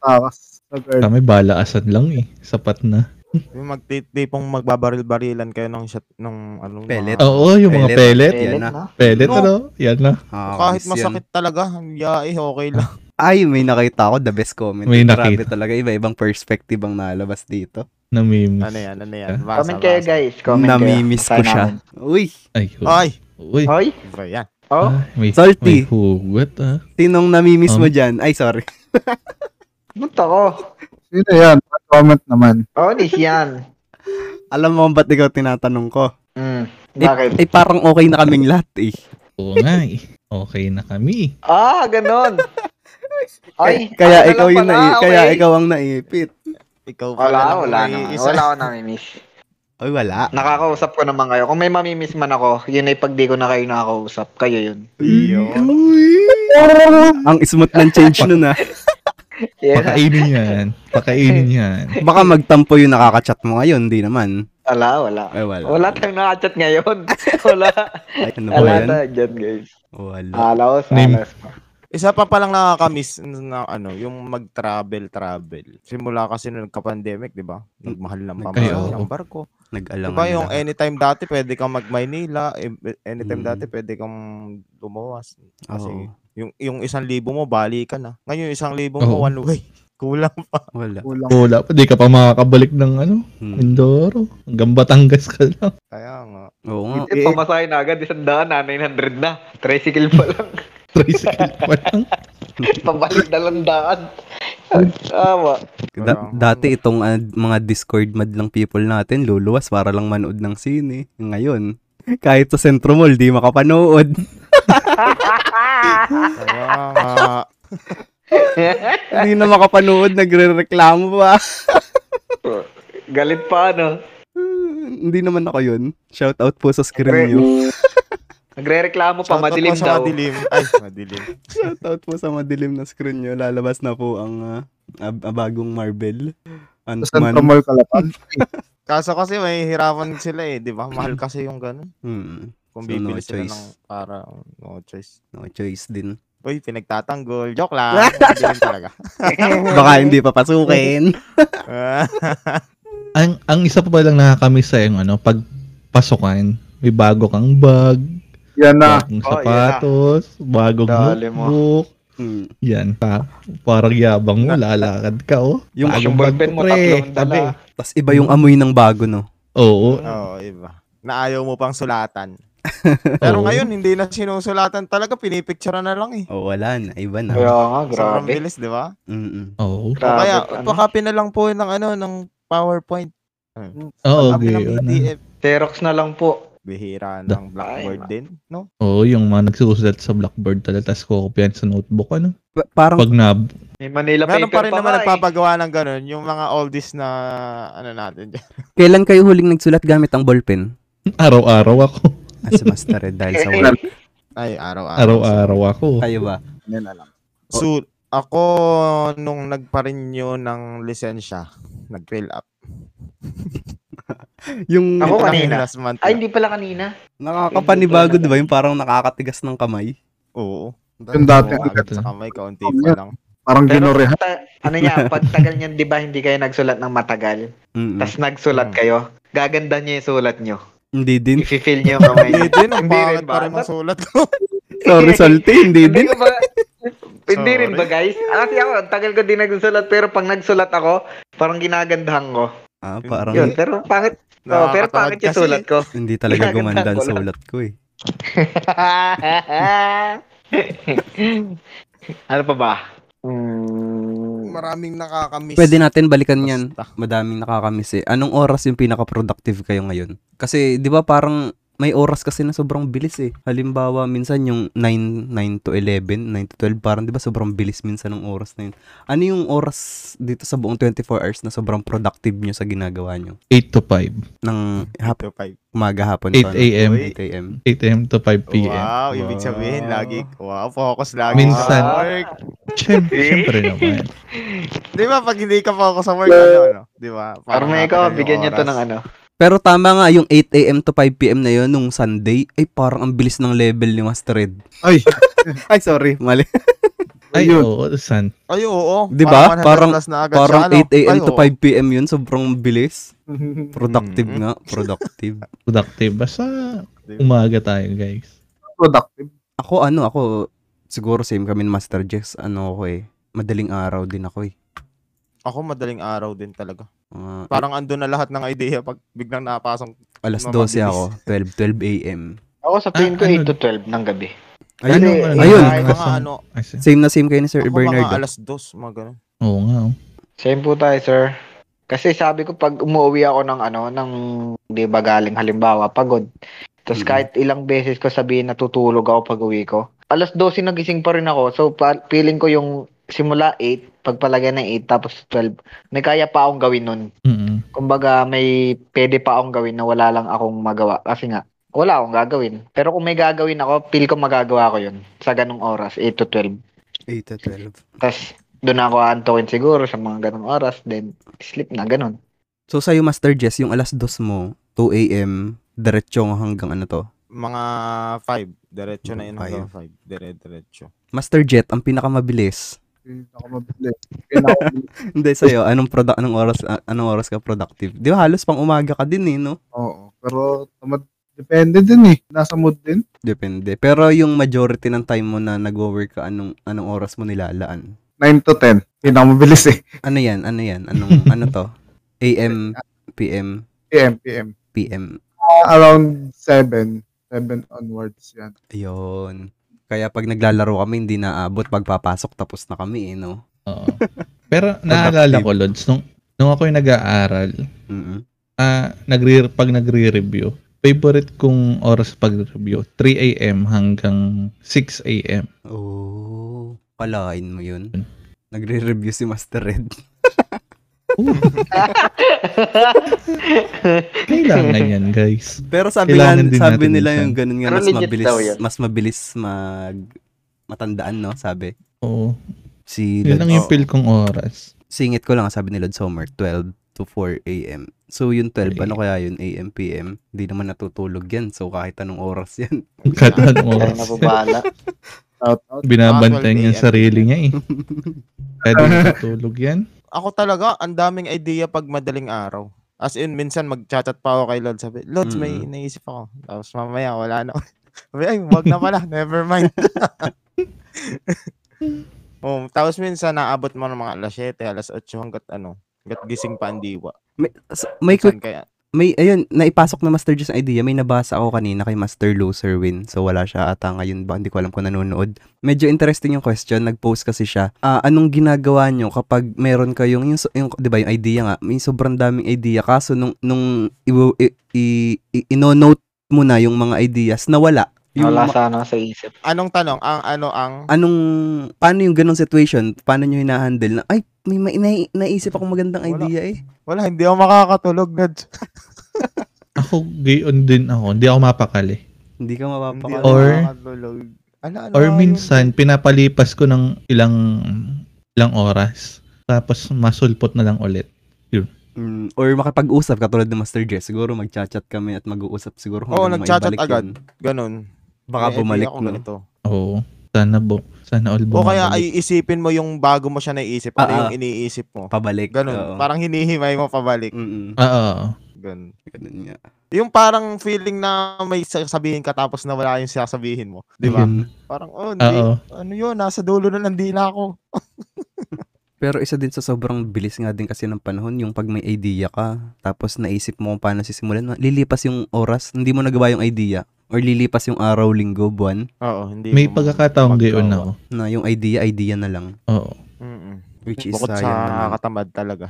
Speaker 5: Takas. Sa girl.
Speaker 2: Kami Ah, balaasan lang eh. Sapat na.
Speaker 3: Yung magti- tipong magbabaril-barilan kayo ng shot, ng ano.
Speaker 1: Pellet.
Speaker 3: mga-
Speaker 2: Oo, yung mga
Speaker 1: Pellet.
Speaker 2: pellet.
Speaker 1: Yan ah. na.
Speaker 4: Pellet na.
Speaker 2: Pellet,
Speaker 3: No.
Speaker 2: ano? Yan na.
Speaker 1: Ah,
Speaker 3: kahit
Speaker 1: miss yan.
Speaker 3: masakit talaga, yeah, eh, okay lang.
Speaker 1: Ay, may nakita ako. The best comment.
Speaker 2: May
Speaker 1: Grabe
Speaker 2: nakita.
Speaker 1: talaga. Iba-ibang perspective ang nalabas dito.
Speaker 2: Namimiss.
Speaker 3: ano yan, ano yan. Basa,
Speaker 4: Comment kayo
Speaker 3: basa.
Speaker 4: guys. Comment kayo.
Speaker 1: Namimiss ko
Speaker 4: Tayo namin.
Speaker 1: siya. Uy,
Speaker 2: Ay, oh.
Speaker 3: Ay,
Speaker 2: Uy.
Speaker 4: Hoy?
Speaker 3: ba yan?
Speaker 4: Oh?
Speaker 2: Ah, may,
Speaker 1: Salty.
Speaker 2: may hugot ah.
Speaker 1: sinong namimiss mo
Speaker 2: Um,
Speaker 1: dyan? Ay, sorry.
Speaker 4: Ba't ako?
Speaker 5: Sino yan? Comment naman.
Speaker 4: Oh, this yan.
Speaker 1: Alam mo kung ba't ikaw tinatanong ko?
Speaker 4: Mm.
Speaker 1: Eh,
Speaker 4: Bakit?
Speaker 1: eh, parang okay na kaming lahat eh.
Speaker 2: Oo nga eh. Okay na kami.
Speaker 4: Ah, ganon. Ay,
Speaker 1: kaya
Speaker 4: ano
Speaker 1: ikaw
Speaker 4: lang
Speaker 1: yung
Speaker 4: pala,
Speaker 1: nai-
Speaker 4: okay.
Speaker 1: kaya ikaw ang naipit.
Speaker 3: Ikaw pa
Speaker 4: Wala,
Speaker 3: lang
Speaker 4: wala
Speaker 3: may
Speaker 4: na.
Speaker 3: isa.
Speaker 4: Wala ako namimiss.
Speaker 1: Ay, wala.
Speaker 4: Nakakausap ko naman kayo. Kung may mamimiss man ako, yun ay pag di ko na kayo nakakausap. Kayo yun.
Speaker 3: Yun.
Speaker 1: Ang smooth ng change nun ah.
Speaker 4: Yeah.
Speaker 2: Pakainin yan. Pakainin yan.
Speaker 1: Baka magtampo yung nakakachat mo ngayon, di naman.
Speaker 4: Wala, wala.
Speaker 1: Ay, wala.
Speaker 4: Wala tayong nakachat ngayon. wala.
Speaker 1: Ay, ano ba yan?
Speaker 4: wala
Speaker 1: Ano?
Speaker 4: tayo dyan, guys.
Speaker 1: Wala.
Speaker 4: Alas,
Speaker 2: Name.
Speaker 4: alas.
Speaker 3: Isa pa palang nakakamiss na ano, yung mag-travel, travel. Simula kasi nung nagka-pandemic, di ba? Nagmahal ng
Speaker 1: Nag-
Speaker 2: Ay,
Speaker 3: pamahay
Speaker 2: oo.
Speaker 3: ng barko. Di
Speaker 1: Nag-alangan
Speaker 3: ba yung
Speaker 1: na.
Speaker 3: anytime dati pwede kang mag-Maynila, eh, anytime
Speaker 1: Mm.
Speaker 3: dati pwede kang lumuwas. Kasi
Speaker 1: Oo.
Speaker 3: yung, yung isang libo mo, bali ka na. Ngayon, yung isang libo
Speaker 2: Oo.
Speaker 3: mo, one way. Kulang pa.
Speaker 1: Wala.
Speaker 5: Kulang.
Speaker 2: Wala pa. Di ka pa makakabalik ng ano.
Speaker 1: Hmm.
Speaker 2: Mindoro. Hanggang Batangas ka lang.
Speaker 3: Kaya nga.
Speaker 1: Oo nga.
Speaker 4: Eh, pamasahin na agad, isang daan na, 900 na. Tricycle pa lang.
Speaker 2: Tricycle pa lang.
Speaker 4: Pabalik na lang daan. Tama.
Speaker 1: Da- dati itong ah, mga Discord mad lang people natin, luluwas para lang manood ng sine. Ngayon, kahit sa Centro Mall, di makapanood.
Speaker 3: Kaya nga.
Speaker 1: Hindi na makapanood, nagre-reklamo pa.
Speaker 4: Galit pa, ano?
Speaker 1: Hindi naman ako yun. Shout out po sa screen nyo.
Speaker 4: Nagre-reklamo pa,
Speaker 3: Shoutout po
Speaker 4: madilim
Speaker 3: sa
Speaker 4: daw.
Speaker 3: Madilim. Ay, madilim.
Speaker 1: Shoutout po sa madilim na screen nyo. Lalabas na po ang ah, ab- bagong Marvel.
Speaker 5: Saan
Speaker 1: Ant-Man.
Speaker 5: tamal ka lang?
Speaker 3: Kaso kasi may hirapan sila eh, di ba? Mahal kasi yung ganun.
Speaker 1: Hmm,
Speaker 3: Kung
Speaker 1: So, no
Speaker 3: bibili sila
Speaker 1: choice.
Speaker 3: ng para, no choice.
Speaker 1: no choice din.
Speaker 3: Uy, pinagtatanggol. Joke lang. Madilim talaga.
Speaker 1: Baka hindi papasukin.
Speaker 3: Ah,
Speaker 2: Ang, ang isa pa ba lang nakakamiss sa yung ano, pag pasukan, may bago kang bag,
Speaker 5: Yan na.
Speaker 2: bagong
Speaker 4: Oh, yeah.
Speaker 2: sapatos, bagong
Speaker 4: Dali mo.
Speaker 2: notebook,
Speaker 1: Hmm.
Speaker 2: yan pa. Parang yabang mo, lalakad ka oh.
Speaker 1: Yung,
Speaker 2: Bagong
Speaker 4: Yung ballpen mo,
Speaker 2: pre,
Speaker 4: tatlong
Speaker 2: tabi.
Speaker 4: dala.
Speaker 1: tas iba yung amoy ng bago, no?
Speaker 2: Oo,
Speaker 3: Oo, iba. Naayaw mo pang sulatan. Pero
Speaker 2: Oo.
Speaker 3: ngayon, hindi na sinusulatan talaga. Pinipicture na lang eh.
Speaker 1: O wala na, iba na.
Speaker 4: Kaya nga,
Speaker 3: Sobrang
Speaker 4: grabe.
Speaker 3: bilis, di ba?
Speaker 1: Mm-mm.
Speaker 2: oo.
Speaker 3: O
Speaker 4: Grabe,
Speaker 3: kaya,
Speaker 4: ano?
Speaker 3: pakapin na lang po ng ano, ng PowerPoint.
Speaker 2: Oo,
Speaker 3: Copy
Speaker 2: Hmm. okay.
Speaker 3: ng
Speaker 2: yun, ah.
Speaker 3: PDF.
Speaker 4: Xerox na lang po.
Speaker 3: Bihira
Speaker 2: Da-
Speaker 3: ng blackboard din, no?
Speaker 2: Oo, yung mga nagsusulat sa blackboard talaga, tapos kukopyan sa notebook, ano?
Speaker 1: Pa- parang,
Speaker 2: Pag na,
Speaker 4: May Manila
Speaker 3: Meron
Speaker 4: paper
Speaker 3: pa rin naman
Speaker 4: nga eh.
Speaker 3: nagpapagawa ng ganun. Yung mga oldies na, ano natin dyan.
Speaker 1: kailan kayo huling nagsulat gamit ang ballpen?
Speaker 2: araw-araw ako.
Speaker 1: Ah, si Master Red dahil sa work.
Speaker 3: Ay, araw-araw.
Speaker 2: Araw-araw ako.
Speaker 1: Kayo ba?
Speaker 5: Yan na lang.
Speaker 3: So, ako, nung nagpa-renew ng lisensya, nag-fill up.
Speaker 1: Yung
Speaker 4: Ako
Speaker 3: Ito lang
Speaker 4: kanina.
Speaker 3: yung Last month.
Speaker 4: Ay, hindi pala kanina.
Speaker 1: nakakapanibago, di ba? Yung parang nakakatigas ng kamay.
Speaker 3: Oo.
Speaker 5: Yung dati,
Speaker 3: Oo, agad sa kamay, kaunti pa lang.
Speaker 5: Parang
Speaker 4: Pero,
Speaker 5: ginorehan.
Speaker 4: ta- ano niya, pagtagal niyan, di ba, hindi kayo nagsulat ng matagal.
Speaker 1: Mm-mm.
Speaker 4: Tapos nagsulat
Speaker 3: Mm.
Speaker 4: kayo. Gaganda niya yung sulat niyo.
Speaker 1: Hindi din.
Speaker 4: I-feel niyo yung kamay
Speaker 3: Hindi
Speaker 4: niyo.
Speaker 3: din, ang
Speaker 4: Hindi rin
Speaker 3: pangit
Speaker 4: ba?
Speaker 3: pa rin ang sulat ko.
Speaker 1: Sorry, salty. Hindi
Speaker 4: Hindi
Speaker 1: din.
Speaker 4: ko ba- Hindi rin ba
Speaker 3: Sorry.
Speaker 4: guys? Ah, Kasi ako, ang tagal ko din nagsusulat pero pag nagsulat ako, parang ginagandahan ko.
Speaker 1: Ah, parang
Speaker 4: Yun, pero pangit, oh, pero
Speaker 3: Nakakatamad
Speaker 4: pangit yung
Speaker 3: kasi.
Speaker 4: sulat ko.
Speaker 1: hindi talaga gumanda ang
Speaker 4: Ginaganda ko lang.
Speaker 1: sulat ko eh.
Speaker 4: ano pa ba? Hmm.
Speaker 3: Maraming nakakamiss.
Speaker 1: Pwede natin balikan yan.
Speaker 3: Basta.
Speaker 1: Madaming nakakamiss eh. Anong oras yung pinaka-productive kayo ngayon? Kasi, di ba parang may oras kasi na sobrang bilis eh. Halimbawa, minsan yung 9, 9 to 11, 9 to 12, parang di ba sobrang bilis minsan ng oras na yun. Ano yung oras dito sa buong 24 hours na sobrang productive nyo sa ginagawa nyo?
Speaker 2: 8 to 5.
Speaker 1: Ng hap-
Speaker 3: To five.
Speaker 1: umaga hapon
Speaker 2: 8 a.m.
Speaker 3: Uy.
Speaker 1: 8 a.m.
Speaker 2: 8 a.m. to 5 p.m.
Speaker 3: Wow, ibig sabihin,
Speaker 1: Wow.
Speaker 3: lagi, wow, focus lagi
Speaker 2: Minsan.
Speaker 3: sa work.
Speaker 2: Siyempre,
Speaker 4: Eh?
Speaker 2: siyempre naman.
Speaker 3: Di ba, pag hindi ka focus sa work, ano, ano? Di ba?
Speaker 4: Parang may ikaw, bigyan niyo to ng ano.
Speaker 1: Pero tama nga, yung 8 a.m. to 5 p.m. na yun, nung Sunday, ay parang ang bilis ng level ni Master Red.
Speaker 5: Ay,
Speaker 1: Ay, sorry, mali.
Speaker 2: Ay,
Speaker 5: Ayun.
Speaker 2: oo, san.
Speaker 3: Ay, oo.
Speaker 1: Di ba?
Speaker 3: Parang
Speaker 1: Parang-
Speaker 3: 100 plus na agad
Speaker 1: Parang
Speaker 3: siya, ano?
Speaker 1: 8 a.m.
Speaker 3: Ay,
Speaker 1: to
Speaker 3: oo.
Speaker 1: 5 p.m. yun, sobrang bilis.
Speaker 5: Productive
Speaker 1: Productive
Speaker 3: Mm.
Speaker 1: nga, productive.
Speaker 2: Productive. Basta umaga tayo, guys.
Speaker 1: Ako ano, ako siguro same kami ni Master Jess. Ano ako eh, madaling araw din ako eh.
Speaker 3: Ako madaling araw din talaga.
Speaker 1: Mga-
Speaker 3: Parang andun na lahat ng idea pag biglang napasok.
Speaker 1: alas
Speaker 3: mga
Speaker 1: 12 ako,
Speaker 3: mabilis.
Speaker 1: 12, 12 a.m.
Speaker 4: Ako sa plane ko
Speaker 2: Ah, ano?
Speaker 4: 8 to 12 ng gabi.
Speaker 1: Ayun,
Speaker 4: Kasi-
Speaker 2: ano,
Speaker 1: ayun.
Speaker 3: Ay, mga
Speaker 2: Nasaan?
Speaker 3: ano,
Speaker 2: Ay, san.
Speaker 1: Same na same kayo ni Sir
Speaker 3: ako mga
Speaker 1: Bernardo.
Speaker 3: alas dos, mga ganun.
Speaker 2: Oo nga, oh.
Speaker 4: Same po tayo, sir. Kasi sabi ko pag umuwi ako ng ano, ng 'di ba galing halimbawa pagod. Tapos
Speaker 1: Mm.
Speaker 4: kahit ilang beses ko sabihin natutulog ako pag uwi ko. Alas 12 nagising pa rin ako. So pa- feeling ko yung simula 8, pagpalagay ng 8 tapos 12, may kaya pa akong gawin nun.
Speaker 2: Mm-mm.
Speaker 4: Kumbaga may pwede pa akong gawin na wala lang akong magawa. Kasi nga, wala akong gagawin. Pero kung may gagawin ako, feel ko magagawa ko yun sa ganong oras, 8 to 12.
Speaker 1: 8 to 12.
Speaker 4: Tapos, doon ako aantukin siguro sa mga ganong oras. Then, sleep na, ganon.
Speaker 1: So sa'yo Master Jess, yung alas 2 mo, 2 a.m., diretsong hanggang ano to,
Speaker 3: Mga five. Diretso na yun hanggang five. Dire-diretso.
Speaker 1: Master Jet, ang pinakamabilis.
Speaker 5: ako mabili. Pinaka-
Speaker 1: Hindi sa'yo, anong product anong oras a- anong oras ka productive? Di ba halos pang umaga ka din eh, no?
Speaker 5: Oo. Pero, tamad, depende din eh. Nasa mood din.
Speaker 1: Depende. Pero yung majority ng time mo na nagwo-work ka anong anong oras mo nilalaan?
Speaker 5: 9 to 10. Pinakamabilis eh.
Speaker 1: Ano 'yan? Ano 'yan? Anong ano to? AM, PM,
Speaker 5: PM, PM.
Speaker 1: PM.
Speaker 5: Ah, around 7. 7 onwards yan.
Speaker 1: Ayun. Kaya pag naglalaro kami, hindi naabot. Pagpapasok, tapos na kami eh, no?
Speaker 2: Oo. Pero naalala ko, Lods, nung, nung ako yung nag-aaral,
Speaker 1: Mm-mm.
Speaker 2: ah nagre pag nagre-review, favorite kong oras pag-review, 3 a.m. hanggang 6 a.m.
Speaker 1: Oh, palain mo yun. Nagre-review si Master Red.
Speaker 2: Kailangan yan, guys.
Speaker 1: Pero sabi
Speaker 2: Kailangan
Speaker 1: nga-
Speaker 2: din
Speaker 1: sabi
Speaker 2: natin
Speaker 1: nila
Speaker 2: minsan.
Speaker 1: yung ganun nga
Speaker 4: Pero
Speaker 1: mas
Speaker 4: legit
Speaker 1: mabilis
Speaker 4: daw yun.
Speaker 1: mas mabilis mag matandaan no sabi
Speaker 2: Oo.
Speaker 1: si
Speaker 2: Yun
Speaker 1: Lod-
Speaker 2: lang yung feel kong oras.
Speaker 1: singit ko lang ang sabi ni Lord Sommer 12 to 4 AM so yung 12 ano kaya yun AM PM hindi naman natutulog yan so kahit anong oras yan
Speaker 2: Kahit anong
Speaker 4: Ay,
Speaker 2: oras.
Speaker 4: nababahala.
Speaker 5: Out, out.
Speaker 2: Binabantayan yung
Speaker 3: 12 a.m.
Speaker 2: sarili niya eh. Pwede matulog yan.
Speaker 3: Ako talaga, ang daming idea pag madaling araw. As in, minsan mag-chat pa ako kay Lods. Sabi, Lods, may
Speaker 1: Mm.
Speaker 3: naisip ako. Tapos mamaya, wala na. Sabi, ay, wag na pala. Never mind. um, tapos minsan, naabot mo ng mga alas 7, alas 8 hanggat ano, hanggat gising pa ang diwa.
Speaker 1: may, s- may quick
Speaker 3: Minsan kaya,
Speaker 1: may ayun naipasok na Master Jess ang idea may nabasa ako kanina kay Master Lou Serwin so wala siya ata ngayon ba hindi ko alam kung nanonood medyo interesting yung question nag-post kasi siya ah, anong ginagawa nyo kapag meron kayong yung, so- yung 'di ba yung idea nga may sobrang daming idea kaso nung nung iwo- i, i, i, ino-note mo na yung mga ideas nawala yung ma-
Speaker 4: Wala sana sa isip.
Speaker 3: anong tanong? Ang ano ang...
Speaker 1: anong paano yung ganung situation paano nyo hinahandle na ay may, may nai- naisip akong magandang
Speaker 3: Wala.
Speaker 1: idea eh
Speaker 3: Wala, hindi ako makakatulog, Lods.
Speaker 2: Ako, gayon din ako. Hindi ako mapakali.
Speaker 1: hindi ka
Speaker 3: Hindi
Speaker 1: mapapakala
Speaker 3: ako
Speaker 2: Or-
Speaker 3: makakatulog. Ano, ano
Speaker 2: Or
Speaker 3: nga yun?
Speaker 2: minsan, pinapalipas ko ng ilang ilang oras. Tapos, masulpot na lang ulit.
Speaker 1: Mm, or makapag-usap katulad ni Master Jess. Siguro magcha-chat kami at mag-uusap siguro
Speaker 3: Oo,
Speaker 1: hanggang
Speaker 3: nagcha-chat
Speaker 1: maibalik
Speaker 3: agad.
Speaker 1: yun.
Speaker 3: Ganun.
Speaker 1: Baka
Speaker 3: May idea
Speaker 1: bumalik
Speaker 3: ako
Speaker 1: no.
Speaker 3: ganito.
Speaker 2: Oo. Sana bo. Sana all
Speaker 3: O kaya
Speaker 2: bumabalik.
Speaker 3: ay isipin mo yung bago mo siya naisip, ano
Speaker 1: Ah, ah.
Speaker 3: yung iniisip mo.
Speaker 1: Pabalik.
Speaker 3: Ganun. Parang hinihimay mo pabalik.
Speaker 1: mm
Speaker 2: Ah, ah, ah.
Speaker 3: Ganun.
Speaker 1: ganun nga.
Speaker 3: Yung parang feeling na may sasabihin ka tapos na wala yung sasabihin mo. Di ba?
Speaker 2: Yun.
Speaker 1: Mm-hmm.
Speaker 3: Parang, oh, hindi.
Speaker 2: Oo.
Speaker 3: Ano yun? Nasa dulo na ng dila ko.
Speaker 1: Pero isa din sa sobrang bilis nga din kasi ng panahon, yung pag may idea ka, tapos naisip mo kung paano sisimulan, lilipas yung oras, hindi mo nagawa yung idea, or lilipas yung araw, linggo, buwan,
Speaker 3: Oo, hindi.
Speaker 2: May
Speaker 3: mo
Speaker 2: pagkakataong
Speaker 3: magagawa.
Speaker 2: gayon ako.
Speaker 1: na yung idea, idea na lang.
Speaker 2: Oo.
Speaker 3: Mm-mm.
Speaker 1: Which is
Speaker 3: Bukod
Speaker 1: sayang
Speaker 3: sa
Speaker 1: naman.
Speaker 3: katamad talaga.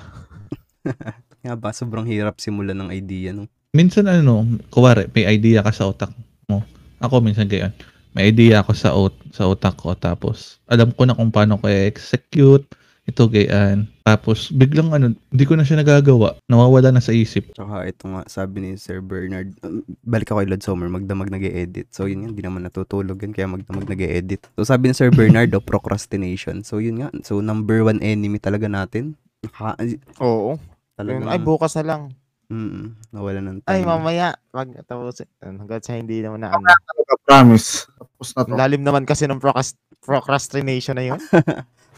Speaker 1: Nga ba, sobrang hirap simulan ng idea, no?
Speaker 2: Minsan ano, kuwari, may idea ka sa utak mo. Ako minsan gayon. May idea ako sa, ut- sa utak ko. Tapos, alam ko na kung paano ko execute. Ito gayan. Tapos, biglang ano, hindi ko na siya nagagawa. Nawawala na sa isip.
Speaker 1: Tsaka ito nga, sabi ni Sir Bernard, um, balik ako kay Lord Sommer, magdamag nag edit So yun nga, hindi naman natutulog yun, kaya magdamag nag edit So sabi ni Sir Bernard, oh, procrastination. So yun nga, so number one enemy talaga natin. Ha,
Speaker 3: Oo.
Speaker 1: talagang,
Speaker 3: Ay, bukas na lang.
Speaker 1: Mm, nawala ng time.
Speaker 3: Ay, mamaya. Pag tapos, hanggang sa hindi naman na ano.
Speaker 5: Talaga, promise. Tapos na to.
Speaker 3: Ang Lalim naman kasi ng procrast- procrastination na yun.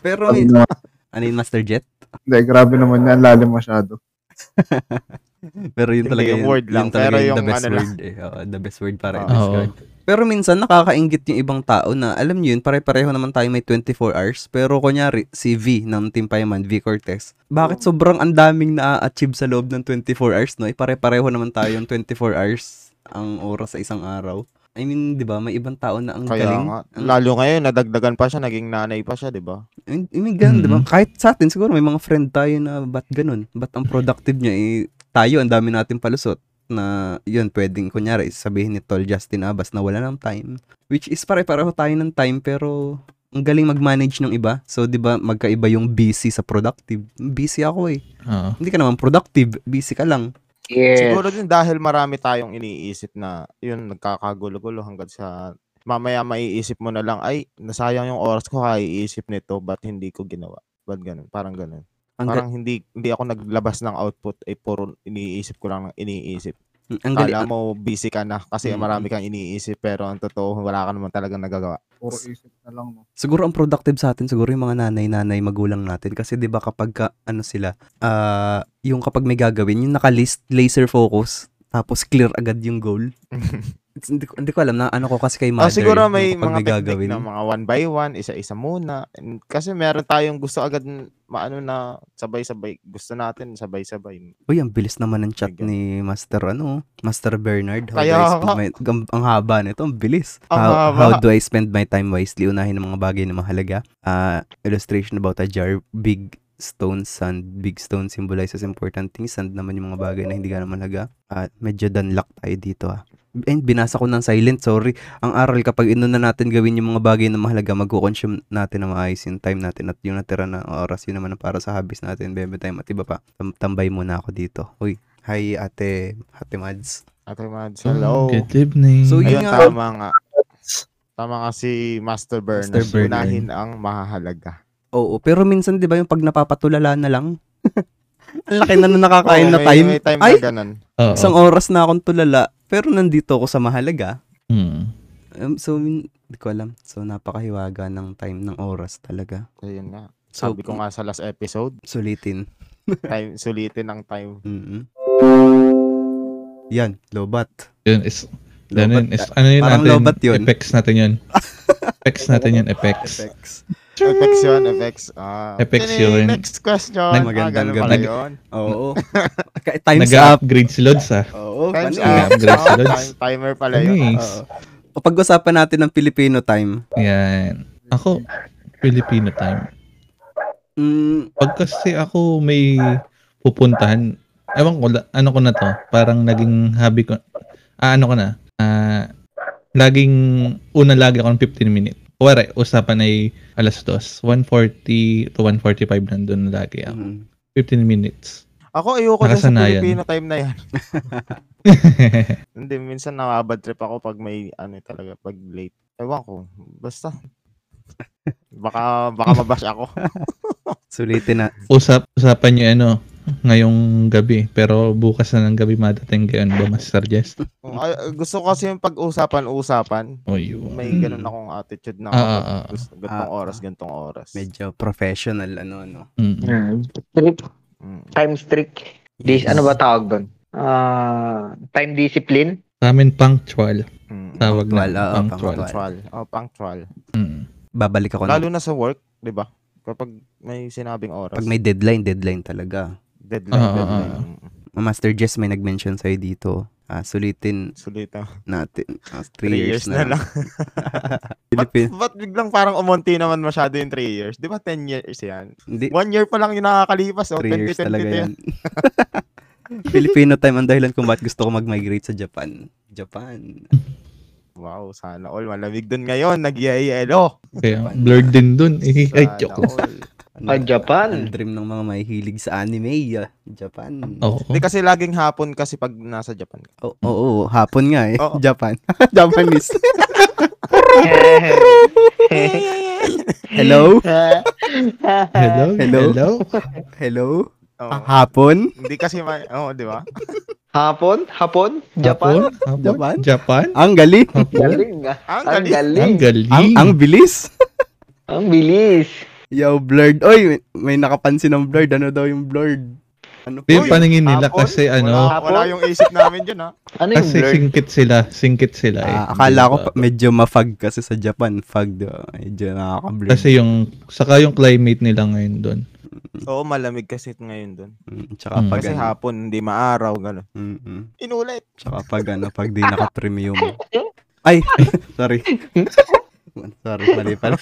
Speaker 1: Pero,
Speaker 5: Sabi
Speaker 1: min-
Speaker 5: naman,
Speaker 1: ano yun, Master Jet?
Speaker 5: Hindi, grabe naman yan. Lalim masyado.
Speaker 1: Pero yun
Speaker 3: Hindi,
Speaker 1: talaga
Speaker 3: yung word lang.
Speaker 1: Yun talaga
Speaker 3: Pero
Speaker 1: yung the
Speaker 3: yung
Speaker 1: best
Speaker 3: ano lang. Ah.
Speaker 1: word eh. Oo, the best word para
Speaker 3: Oo.
Speaker 1: i-describe. Pero minsan nakakaingit yung ibang tao na alam niyo yun, pare-pareho naman tayo may 24 hours. Pero kunyari, si V ng Team Paiman, V Cortez. Bakit sobrang ang daming na-achieve sa loob ng 24 hours, no? Eh, pare-pareho naman tayo yung 24 hours ang oras sa isang araw. I mean, di ba, may ibang tao na ang
Speaker 3: Kaya
Speaker 1: galing. Mm.
Speaker 3: nga.
Speaker 1: Ang-
Speaker 3: Lalo ngayon, nadagdagan pa siya, naging nanay pa siya, di ba?
Speaker 1: I mean, I mean, ganun, di ba?
Speaker 2: Mm.
Speaker 1: Kahit sa atin, siguro may mga friend tayo na ba't ganun? Ba't ang productive niya? Eh, tayo, ang dami natin palusot na yun, pwedeng kunyari sabihin ni Tol Justin Abbas na wala ng time. Which is pare-pareho tayo ng time pero ang galing mag-manage ng iba. So, di ba, magkaiba yung busy sa productive. Busy ako eh.
Speaker 2: Oo.
Speaker 1: Hindi ka naman productive. Busy ka lang.
Speaker 4: Yes.
Speaker 3: Siguro din dahil marami tayong iniisip na, yun, nagkakagulo-gulo hanggang sa mamaya maiisip mo na lang, ay, nasayang yung oras ko, kaya iisip nito, ba't hindi ko ginawa? Ba't ganun? Parang ganun.
Speaker 1: Ang, ga-
Speaker 3: Parang hindi hindi ako naglabas ng output, ay puro iniisip ko lang ng iniisip.
Speaker 1: ang galing.
Speaker 3: Kala mo busy ka na kasi
Speaker 1: Mm.
Speaker 3: marami kang iniisip, pero ang totoo, wala ka naman talagang nagagawa.
Speaker 5: Puro isip na lang. No?
Speaker 1: siguro ang productive sa atin siguro yung mga nanay-nanay magulang natin kasi 'di ba kapag ka, ano sila ah yung kapag may gagawin yung nakalist laser focus tapos clear agad yung goal. It's- hindi, ko, hindi ko alam na ano ko kasi kay mother.
Speaker 3: Ah, siguro may
Speaker 1: yung kapag
Speaker 3: mga technique na mga one by one, isa-isa muna. And kasi meron tayong gusto agad n- maano na sabay-sabay. Gusto natin sabay-sabay.
Speaker 1: Uy, ang bilis naman ng chat
Speaker 3: Bigyan.
Speaker 1: ni Master ano, Master Bernard. How
Speaker 3: Kaya
Speaker 1: do I
Speaker 3: nga.
Speaker 1: spend my, ang, ang haba nito, ang bilis.
Speaker 3: Ang
Speaker 1: how,
Speaker 3: haba.
Speaker 1: how do I spend my time wisely? Unahin ang mga bagay na mahalaga. Ah, illustration about a jar, big stone, sand. Big stone symbolizes important things. Sand naman yung mga bagay na hindi ka naman halaga. At medyo danlak tayo dito ah. And binasa ko ng silent, sorry. Ang aral kapag inuna natin gawin yung mga bagay na mahalaga, magko-consume natin na maayos yung time natin at yung natira na oras yun naman ang para sa habis natin, bebe time at iba pa. Tam- tambay muna ako dito. Uy, hi ate, ate Mads.
Speaker 3: Ate Mads, hello.
Speaker 2: Good evening.
Speaker 1: So, yun Hmm,
Speaker 3: Ayun,
Speaker 1: nga.
Speaker 3: tama nga. Tama nga si Master Burns.
Speaker 1: Master Burns.
Speaker 3: Unahin ang mahalaga.
Speaker 1: Oo, pero minsan 'di ba yung pag napapatulala na lang? ang laki na nung nakakain
Speaker 3: Oo,
Speaker 1: na
Speaker 3: may-
Speaker 1: time.
Speaker 3: May time
Speaker 1: Ay,
Speaker 3: na ganun.
Speaker 2: Oo.
Speaker 1: isang oras na akong tulala, pero nandito ako sa mahalaga.
Speaker 2: Hmm.
Speaker 1: Um, so, hindi ko alam. So, napakahiwaga ng time, ng oras talaga.
Speaker 3: Ayun nga.
Speaker 1: So,
Speaker 3: Sabi ko nga sa last episode,
Speaker 1: sulitin.
Speaker 3: time, sulitin ang time.
Speaker 1: mm Yan, lobat.
Speaker 2: Yun is,
Speaker 1: Lobat.
Speaker 2: ganun is, ano yun
Speaker 1: Parang
Speaker 2: natin?
Speaker 1: lobat yun.
Speaker 2: Effects natin yun. effects natin yun, effects.
Speaker 1: Effects.
Speaker 3: FX yun, FX. Ah,
Speaker 2: FX
Speaker 3: okay,
Speaker 2: yun.
Speaker 3: Next question.
Speaker 1: Nag-
Speaker 3: Nag-
Speaker 1: magandang
Speaker 3: ah, ganun pala
Speaker 1: gabi.
Speaker 3: yun.
Speaker 1: Oo. Ka- Time's up.
Speaker 2: Nag-upgrade si Lods ah.
Speaker 1: Oo.
Speaker 3: Time's
Speaker 1: paano
Speaker 3: up.
Speaker 1: eh?
Speaker 2: Grabe,
Speaker 3: Ah,
Speaker 2: Lods.
Speaker 3: time- timer pala
Speaker 1: Ano
Speaker 3: yun.
Speaker 2: Nice.
Speaker 3: Oo.
Speaker 1: O, Pag-usapan natin ng Filipino time.
Speaker 2: Yan. Ako, Filipino time.
Speaker 1: Mm,
Speaker 2: Pag kasi ako may pupuntahan, ewan ko, la- ano ko na to, parang naging hobby ko, ah, ano ko na, ah, laging, una lagi ako ng 15 minutes. Kuwari, usapan ay alas dos, 1.40 to 1.45 nandun na lagi ako.
Speaker 1: mm.
Speaker 2: 15 minutes.
Speaker 3: Ako ayoko din sa
Speaker 2: Nakasanayan.
Speaker 3: Filipino time na yan. Hindi, minsan nakabad trip ako pag may ano talaga, pag late. Ewan ko, basta. Baka, baka mabash ako.
Speaker 1: Sulitin na.
Speaker 2: Usap, usapan niyo ano, ngayong gabi, pero bukas na ng gabi madating kayon ba, Master Jess?
Speaker 3: Ay, gusto ko kasi yung pag-usapan-usapan.
Speaker 2: O yun.
Speaker 3: May
Speaker 1: Mm.
Speaker 3: ganun akong attitude na
Speaker 2: Hmm. Ah, ah, ah.
Speaker 3: gusto, gantong
Speaker 1: Ah,
Speaker 3: oras,
Speaker 1: ah.
Speaker 3: gantong oras.
Speaker 1: Medyo professional, ano, ano.
Speaker 2: Mm.
Speaker 4: Strict,
Speaker 3: Mm.
Speaker 4: Hmm. time strict. Dis, ano ba tawag doon? Ah, time discipline?
Speaker 2: Sa amin, punctual.
Speaker 3: Mm.
Speaker 2: Tawag
Speaker 1: Punctual, oo,
Speaker 2: na, punctual.
Speaker 1: punctual.
Speaker 3: Punctual. Oh, punctual.
Speaker 2: Mm.
Speaker 1: Babalik ako
Speaker 3: Lalo
Speaker 1: na.
Speaker 3: na sa work, 'di ba? Kapag may sinabing oras,
Speaker 1: Pag may deadline, deadline talaga.
Speaker 3: deadline,
Speaker 2: Ah, ah,
Speaker 3: deadline. Hmm.
Speaker 2: ah,
Speaker 1: Master Jess may nag-mention sa'yo dito. Ah, sulitin
Speaker 3: Sulit ah.
Speaker 1: natin. Ah, three,
Speaker 3: Three years na lang.
Speaker 1: Filipino.
Speaker 3: Ba't biglang parang umunti naman masyado yung 3 years? Di ba 10 years yan?
Speaker 1: Hindi,
Speaker 3: 1 year pa lang yung nakakalipas. Oh,
Speaker 1: 3 years
Speaker 3: 2022
Speaker 1: talaga
Speaker 3: yan.
Speaker 1: yan. Filipino time ang dahilan kung bakit gusto ko mag-migrate sa Japan. Japan.
Speaker 3: Wow, sana all. Malamig dun ngayon. Nag-yayelo.
Speaker 2: Kaya, blurred din dun. Eh, ay, joke lang.
Speaker 1: Ano,
Speaker 4: Ah, Japan.
Speaker 1: Ang dream ng mga mahihilig sa anime. ah, Japan. Oo,
Speaker 2: Oo.
Speaker 3: Hindi kasi laging hapon kasi pag nasa Japan. ka.
Speaker 1: oo, Oh, hapon nga eh.
Speaker 3: Oo.
Speaker 1: Japan. Japanese.
Speaker 4: Ah,
Speaker 1: Hello?
Speaker 2: Hello?
Speaker 1: Hello?
Speaker 2: Hello?
Speaker 1: Hello?
Speaker 3: Oo.
Speaker 1: Ah, hapon?
Speaker 3: Hindi kasi ma- Oo, di ba?
Speaker 4: Hapon? Hapon? Japan?
Speaker 2: Hapon?
Speaker 1: Japan?
Speaker 2: Hapon? Japan? Japan?
Speaker 1: Ang galing.
Speaker 2: Hapon?
Speaker 4: Galing ah.
Speaker 3: Ang
Speaker 4: Ang
Speaker 2: Ang
Speaker 3: galing.
Speaker 4: galing.
Speaker 2: galing.
Speaker 1: ang, ang bilis.
Speaker 4: Ang bilis.
Speaker 1: Yo, blurred. Oy, may- may nakapansin ng blurred. Ano daw yung blurred? Ano
Speaker 2: Yung
Speaker 1: po?
Speaker 2: paningin nila
Speaker 3: Hapon?
Speaker 2: kasi ano,
Speaker 3: Wala, wala
Speaker 4: Hapon?
Speaker 3: yung isip namin ah. dyan, ha?
Speaker 4: Ano yung
Speaker 2: kasi
Speaker 4: blur?
Speaker 2: singkit sila. Singkit sila eh.
Speaker 1: Ah, akala ko
Speaker 2: Diba?
Speaker 1: pa- medyo mafag kasi sa Japan. Fag, di ba? Medyo nakaka-blurred.
Speaker 2: Kasi yung, saka yung climate nila ngayon dun.
Speaker 3: Oo, malamig kasi ngayon dun.
Speaker 1: Mm, tsaka
Speaker 2: Mm.
Speaker 1: pag
Speaker 3: Kasi
Speaker 1: ano,
Speaker 3: hapon, hindi maaraw, gano'n.
Speaker 1: mm, mm.
Speaker 3: Inulit.
Speaker 1: Tsaka pag ano, pag di naka-premium. Ay, sorry. sorry, mali pala.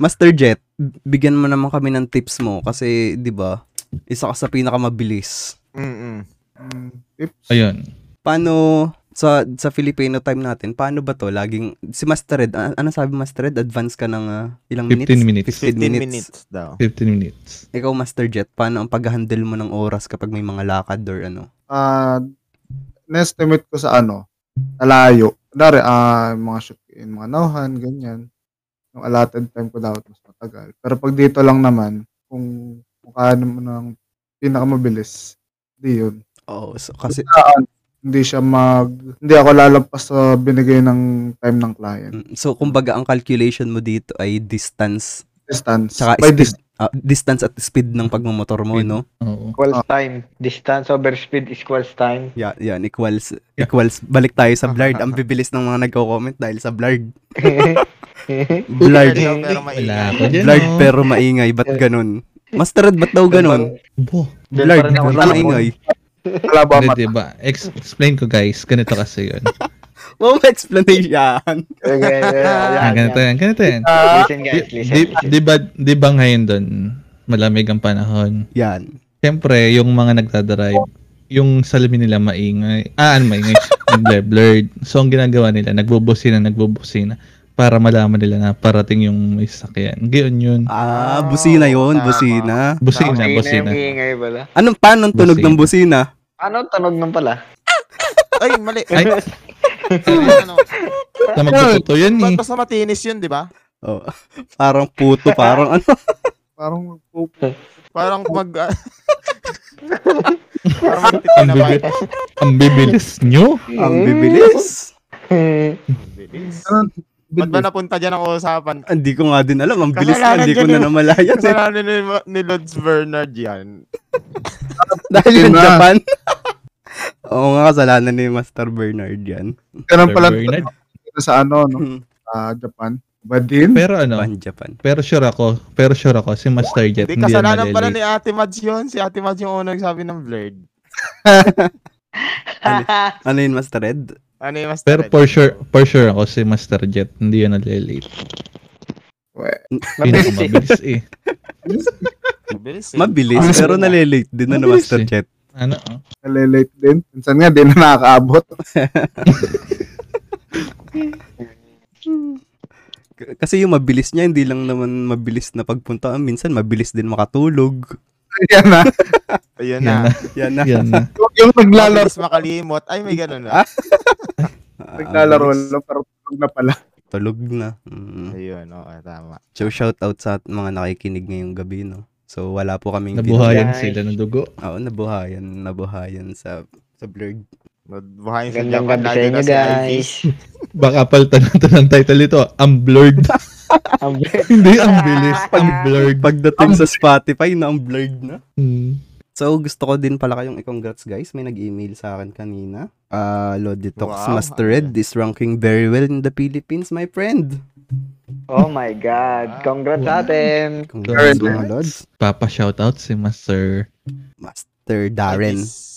Speaker 1: Master Jet, bigyan mo naman kami ng tips mo kasi 'di ba? Isa ka sa pinakamabilis.
Speaker 3: Mm-mm.
Speaker 5: Mm, tips.
Speaker 2: Ayun.
Speaker 1: Paano sa sa Filipino time natin, paano ba 'to? Laging si Master Red, a- ano sabi Master Red? Advance ka ng ah, ilang
Speaker 2: 15 minutes.
Speaker 1: 15 minutes.
Speaker 3: daw.
Speaker 2: 15 minutes.
Speaker 1: Ikaw Master Jet, paano ang pag-handle mo ng oras kapag may mga lakad or ano?
Speaker 5: Ah, na-estimate ko sa ano, nalayo. Dari, ah, mga shoot in, mga nauhan, ganyan. Yung allotted time ko dapat mas matagal. Pero pag dito lang naman, kung kung kaya mo ng pinakamabilis, di yun.
Speaker 1: Oh, so kasi
Speaker 5: Kailangan, Ah, hindi siya mag, hindi ako lalampas sa binigay ng time ng client.
Speaker 1: Mm, So, kumbaga, ang calculation mo dito ay distance,
Speaker 5: Distance.
Speaker 1: tsaka
Speaker 5: By
Speaker 1: speed, ah, distance at speed ng pagmamotor mo, no?
Speaker 2: Oo.
Speaker 4: Equals time. Distance over speed equals time.
Speaker 1: Yeah, yan, equals,
Speaker 2: Yeah.
Speaker 1: equals, balik tayo sa blurred. ang bibilis ng mga nagko-comment dahil sa blurred. Blurred,
Speaker 3: Blurred daw, pero
Speaker 2: Wala
Speaker 3: maingay.
Speaker 2: ako dyan.
Speaker 1: blurred
Speaker 2: oh.
Speaker 1: pero maingay, ba't ganun? Master Red, ba't daw ganun?
Speaker 2: Bo.
Speaker 1: Blurred,
Speaker 4: Ganun pa
Speaker 1: ba't
Speaker 4: rin ako tapon.
Speaker 1: maingay?
Speaker 5: Wala ba ang
Speaker 2: Hindi,
Speaker 5: mata?
Speaker 2: diba? Ex- explain ko guys. Ganito kasi yun.
Speaker 1: Wow, may explanation.
Speaker 4: Okay, okay,
Speaker 2: Ah,
Speaker 4: ayan,
Speaker 2: ganito
Speaker 4: ayan.
Speaker 2: yan. Ganito yan.
Speaker 4: Listen guys,
Speaker 2: Di,
Speaker 4: Ah, listen.
Speaker 2: di, diba, di ba, di ba ngayon dun, malamig ang panahon?
Speaker 1: Yan.
Speaker 2: Siyempre, yung mga nagdadrive, yung salamin nila maingay. Ah, ano maingay? Nag-blurred. So, ang ginagawa nila, nagbubusina, nagbubusina para malaman nila na parating yung may sakyan. Gayon yun.
Speaker 1: Ah, busina yon,
Speaker 4: Tama.
Speaker 1: busina.
Speaker 2: Busina,
Speaker 4: Ang
Speaker 2: busina.
Speaker 4: ingay pala.
Speaker 1: Anong paano ang tunog ng busina?
Speaker 4: Ano tunog nun pala?
Speaker 3: Ay, mali.
Speaker 2: Ay.
Speaker 3: ano,
Speaker 2: Na magbubuto yun eh.
Speaker 3: ba't basta matinis yun, di ba?
Speaker 1: Oh, parang puto, parang ano.
Speaker 5: Parang magpupo.
Speaker 3: Parang mag... parang titin na
Speaker 2: bibi- Ang bibilis nyo.
Speaker 1: Ang
Speaker 4: Hmm.
Speaker 1: bibilis.
Speaker 3: Bilis. Ba't ba
Speaker 5: Bilis.
Speaker 3: napunta dyan ang usapan?
Speaker 1: Hindi ko nga din alam. Ang bilis na,
Speaker 3: Kasalanan
Speaker 1: hindi ko
Speaker 3: dyan
Speaker 1: na
Speaker 3: yun.
Speaker 1: namalayan. eh.
Speaker 3: Kasalanan ni, ni Lods Bernard yan.
Speaker 1: Dahil
Speaker 5: Yun
Speaker 1: yung
Speaker 5: na.
Speaker 1: Japan. Oo nga, kasalanan ni Master Bernard yan.
Speaker 5: Ganun pala
Speaker 2: Bernard.
Speaker 5: dito sa ano, no?
Speaker 1: Hmm.
Speaker 5: Sa Japan. Badin?
Speaker 2: Pero ano,
Speaker 1: Ban Japan.
Speaker 2: pero sure ako, pero sure ako, si Master Jet,
Speaker 3: Hindi,
Speaker 2: hindi yan
Speaker 3: kasalanan pala ni
Speaker 2: malilate.
Speaker 3: Ate Mads yun. Si Ate Mads yung unang nagsabi ng blurred.
Speaker 1: Ano yun, Master Red?
Speaker 3: Ano yung mas
Speaker 2: Pero for sure, for sure ako, si Master Jet, hindi yan nalilate. Pinakamabilis eh.
Speaker 3: Mabilis eh.
Speaker 1: Mabilis,
Speaker 5: Ah,
Speaker 1: pero
Speaker 4: sige na.
Speaker 1: nalilate din na ni
Speaker 2: Mabilis
Speaker 1: Master Jet.
Speaker 2: eh. Ano? oh.
Speaker 5: Nalilate din. Minsan nga, di na nakakaabot.
Speaker 1: K- Kasi yung mabilis niya, hindi lang naman mabilis na pagpunta. Minsan, mabilis din makatulog.
Speaker 5: Yan na.
Speaker 3: Ayun
Speaker 2: Yan
Speaker 3: na.
Speaker 2: na,
Speaker 1: Yan na.
Speaker 2: yan na.
Speaker 5: Huwag yung naglalaro.
Speaker 3: Mabilis makalimot. Ay, may ganun na.
Speaker 1: Ah,
Speaker 5: Naglalaro
Speaker 1: mabilis.
Speaker 5: lang, pero tulog na pala.
Speaker 1: Tulog na. Mm.
Speaker 3: Ayun, oo, tama.
Speaker 1: So, shout out sa mga nakikinig ngayong gabi, no? So, wala po kaming...
Speaker 2: Nabuhayan
Speaker 4: Guys.
Speaker 2: sila ng dugo.
Speaker 1: Oo, nabuhayan. Nabuhayan sa sa blurg.
Speaker 3: Buhayin sa
Speaker 4: Gandang
Speaker 3: Japan.
Speaker 4: gabi sa
Speaker 3: Lagi
Speaker 4: inyo
Speaker 3: na si
Speaker 4: guys.
Speaker 3: Ivy.
Speaker 2: Baka palitan natin ang title ito, ang blurred.
Speaker 4: Ang
Speaker 2: hindi, ang bilis. Ang blurred.
Speaker 1: Pagdating sa Spotify, na ang blurred na.
Speaker 2: Hmm.
Speaker 1: So, gusto ko din pala kayong i-congrats guys. May nag-email sa akin kanina. Ah, Lodi Talks
Speaker 3: Wow.
Speaker 1: Master Red is ranking very well in the Philippines, my friend.
Speaker 4: Oh my God. Congrats sa atin.
Speaker 1: Congrats
Speaker 5: Darren.
Speaker 1: mga Lods.
Speaker 2: Papa shoutout si Master
Speaker 1: Master Darren.
Speaker 3: Yes.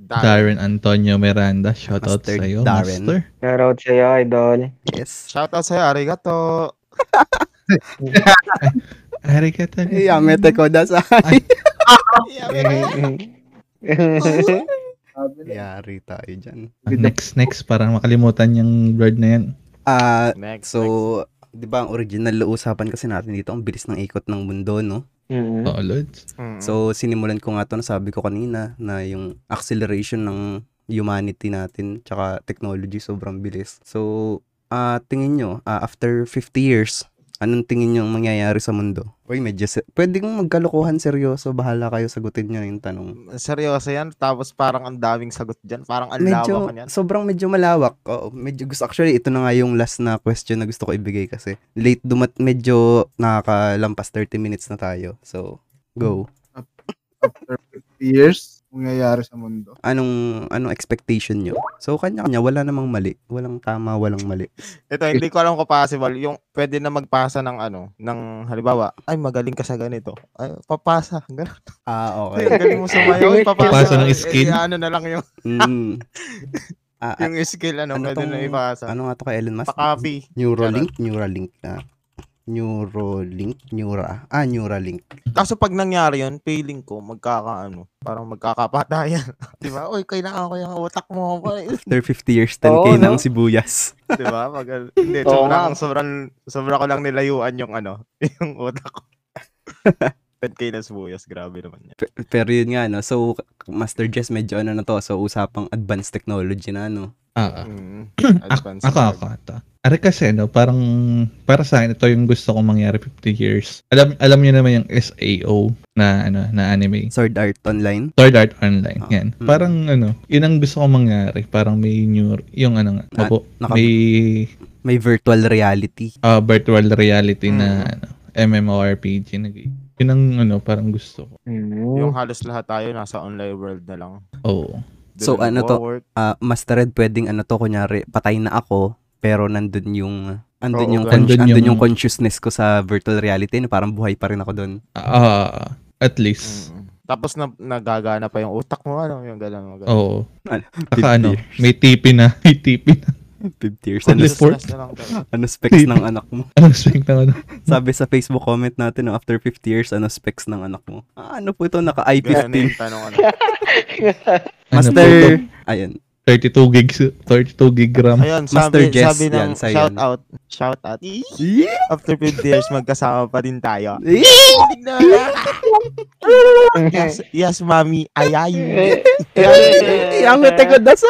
Speaker 3: Darren.
Speaker 2: Darren Antonio Miranda. Shoutout
Speaker 1: Master
Speaker 2: sa iyo,
Speaker 1: Darren.
Speaker 2: Master.
Speaker 4: Shoutout sa'yo, idol.
Speaker 1: Yes.
Speaker 3: Shoutout sa'yo, arigato.
Speaker 2: Arigato.
Speaker 1: Yamete ko dasay.
Speaker 3: Oh.
Speaker 4: Hmm.
Speaker 5: Sabi na,
Speaker 1: Yari tayo dyan.
Speaker 2: Ah, Next, next. Para makalimutan yung blurred na yan.
Speaker 1: Ah,
Speaker 3: Next.
Speaker 1: so, di ba ang original na usapan kasi natin dito, ang bilis ng ikot ng mundo, no?
Speaker 4: Mm.
Speaker 2: Oo, Lods.
Speaker 3: next. Mm.
Speaker 1: So, sinimulan ko nga to na sabi ko kanina na yung acceleration ng humanity natin tsaka technology sobrang bilis. So, ah tingin nyo, ah, after 50 years, anong tingin nyo ang mangyayari sa mundo? Uy, medyo, se- pwede kong magkalokohan seryoso, bahala kayo sagutin nyo yung tanong.
Speaker 3: seryoso yan. Tapos parang ang daming sagot dyan. Parang ang
Speaker 1: Medyo,
Speaker 3: lawak niyan.
Speaker 1: sobrang medyo malawak. Oo, medyo gusto, actually, ito na nga yung last na question na gusto ko ibigay kasi late dumat, medyo nakakalampas 30 minutes na tayo. So, go.
Speaker 5: After 50 years, nangyayari sa mundo.
Speaker 1: anong anong expectation nyo. So kanya-kanya wala namang mali, walang tama, walang mali.
Speaker 3: Ito, hindi ko alam kung possible. Yung pwede na magpasa ng ano, ng halimbawa, ay magaling ka sa ganito. Ay, papasa. Ganun.
Speaker 1: Ah,
Speaker 3: Ay, galing mo sa mayo. Papasa.
Speaker 2: Papasa ng skill.
Speaker 3: Eh, ano na lang yung,
Speaker 1: Mm. Ah, ah,
Speaker 3: yung skill, ano,
Speaker 1: Ano
Speaker 3: pwede
Speaker 1: tong-
Speaker 3: na ipasa.
Speaker 1: ano nga to kay Elon Musk?
Speaker 3: Pa-copy.
Speaker 1: Neuralink, Neuralink na. Neuralink, Neura. Ah, Neuralink.
Speaker 3: Kaso pag nangyari yun, feeling ko magkakaano, parang magkakapatayan. 'Di ba? Oy, kailangan ko yung utak mo. boy.
Speaker 1: After 50 years, 10k
Speaker 4: Oo,
Speaker 1: na ang
Speaker 4: no?
Speaker 1: sibuyas.
Speaker 3: 'Di ba? Pag hindi
Speaker 4: Oo
Speaker 3: sobrang
Speaker 4: nga.
Speaker 3: sobrang sobra ko lang nilayuan yung ano, yung utak ko. 10k na sibuyas, grabe naman yan.
Speaker 1: Pe- Pero yun nga, no? So, Master Jess, medyo ano na to. So, usapang advanced technology na, no?
Speaker 2: Ah, ah.
Speaker 3: Mm,
Speaker 2: Ako,
Speaker 3: advanced
Speaker 2: ako,
Speaker 1: Ah,
Speaker 3: na.
Speaker 2: ako. Ito. Ari kasi, no, parang, para sa akin, ito yung gusto kong mangyari 50 years. Alam, alam niyo naman yung SAO na, ano, na anime.
Speaker 1: Sword Art Online.
Speaker 2: Third Art Online.
Speaker 1: Ah,
Speaker 2: Yan.
Speaker 1: mm.
Speaker 2: Parang ano, yun ang gusto kong mangyari. Parang may new, yung ano nga,
Speaker 1: Na-
Speaker 2: opo,
Speaker 1: naka-
Speaker 2: may
Speaker 1: May virtual reality.
Speaker 2: ah, virtual reality na
Speaker 1: Hmm.
Speaker 3: Mm.
Speaker 2: ano, MMORPG. nag- Yun ang ano, parang gusto ko.
Speaker 3: Yung halos lahat tayo nasa online world na lang.
Speaker 2: Oo.
Speaker 3: Doon
Speaker 1: So, ano to?
Speaker 3: nagwo-work.
Speaker 1: Ah, Master Red, pwedeng ano to, kunyari, patay na ako, pero nandun yung, andun
Speaker 3: Oo,
Speaker 1: yung, con-
Speaker 3: ganun.
Speaker 2: Andun
Speaker 1: andun yung,
Speaker 2: yung- ano.
Speaker 1: consciousness ko sa virtual reality, na parang buhay pa rin ako doon.
Speaker 2: Ah, at least.
Speaker 3: Mm. Tapos na,
Speaker 2: Oh.
Speaker 3: nagagana pa yung utak mo, ano, yung gano'n.
Speaker 2: Oo.
Speaker 1: Ano,
Speaker 2: Saka
Speaker 1: 50
Speaker 2: ano,
Speaker 1: years.
Speaker 2: may tipi na, may tipi na.
Speaker 1: 50 years. Ano,
Speaker 2: Only Yes. four?
Speaker 3: Stress na lang talaga.
Speaker 1: ano specs ng anak mo?
Speaker 2: Anong spec ng ano?
Speaker 1: Sabi sa Facebook comment natin, no, after 50 years, ano specs ng anak mo? Ah, ano po ito?
Speaker 3: Ganun na
Speaker 1: Naka-i50.
Speaker 3: yung tanong ano.
Speaker 2: Ano po ito?
Speaker 1: Master, ayun.
Speaker 2: 32 gigs, 32 gig RAM.
Speaker 3: Ayun,
Speaker 1: Master
Speaker 3: sabi,
Speaker 1: Jess,
Speaker 3: sabi ng
Speaker 1: yan, sayo
Speaker 3: shout
Speaker 1: yan.
Speaker 3: out. Shout out. After 50 years, magkasama pa rin tayo. Kilig na. yes, yes, mami. Ayay.
Speaker 1: Ang ngiti ko dasa.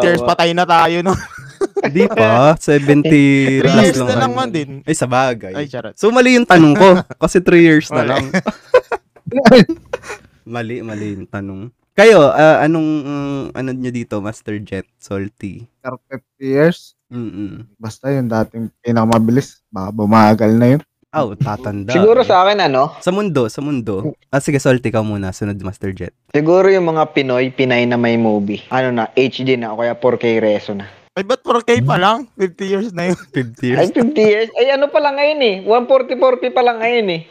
Speaker 1: Ah,
Speaker 3: 50 years, patay na tayo, no?
Speaker 1: Di pa, 70
Speaker 3: 3
Speaker 1: plus
Speaker 3: years
Speaker 1: lang.
Speaker 3: na lang
Speaker 1: ano.
Speaker 3: man din.
Speaker 1: Ay, sa bagay.
Speaker 3: Ay, charot.
Speaker 1: So, mali yung tanong ko. Kasi 3 years na
Speaker 3: Wala.
Speaker 1: lang. mali, mali yung tanong. Kayo, ah, anong, mm, ano nyo dito, Master Jet, Salty?
Speaker 5: After 50 years,
Speaker 1: Mm-mm.
Speaker 5: basta yung dating pinakamabilis, baka bumagal na yun.
Speaker 1: Oh, tatanda.
Speaker 4: Siguro sa akin ano,
Speaker 1: Sa mundo, sa mundo. Ah, sige, Salty ka muna. Sunod, Master Jet.
Speaker 4: siguro yung mga Pinoy, Pinay na may movie. Ano na, HD na o kaya 4K reso na.
Speaker 3: Ay, ba't 4K pa lang? 50 years na yun.
Speaker 1: 50
Speaker 4: Ay, 50 years. Ay, ano pa lang ngayon eh. 140-40 pa lang ngayon eh.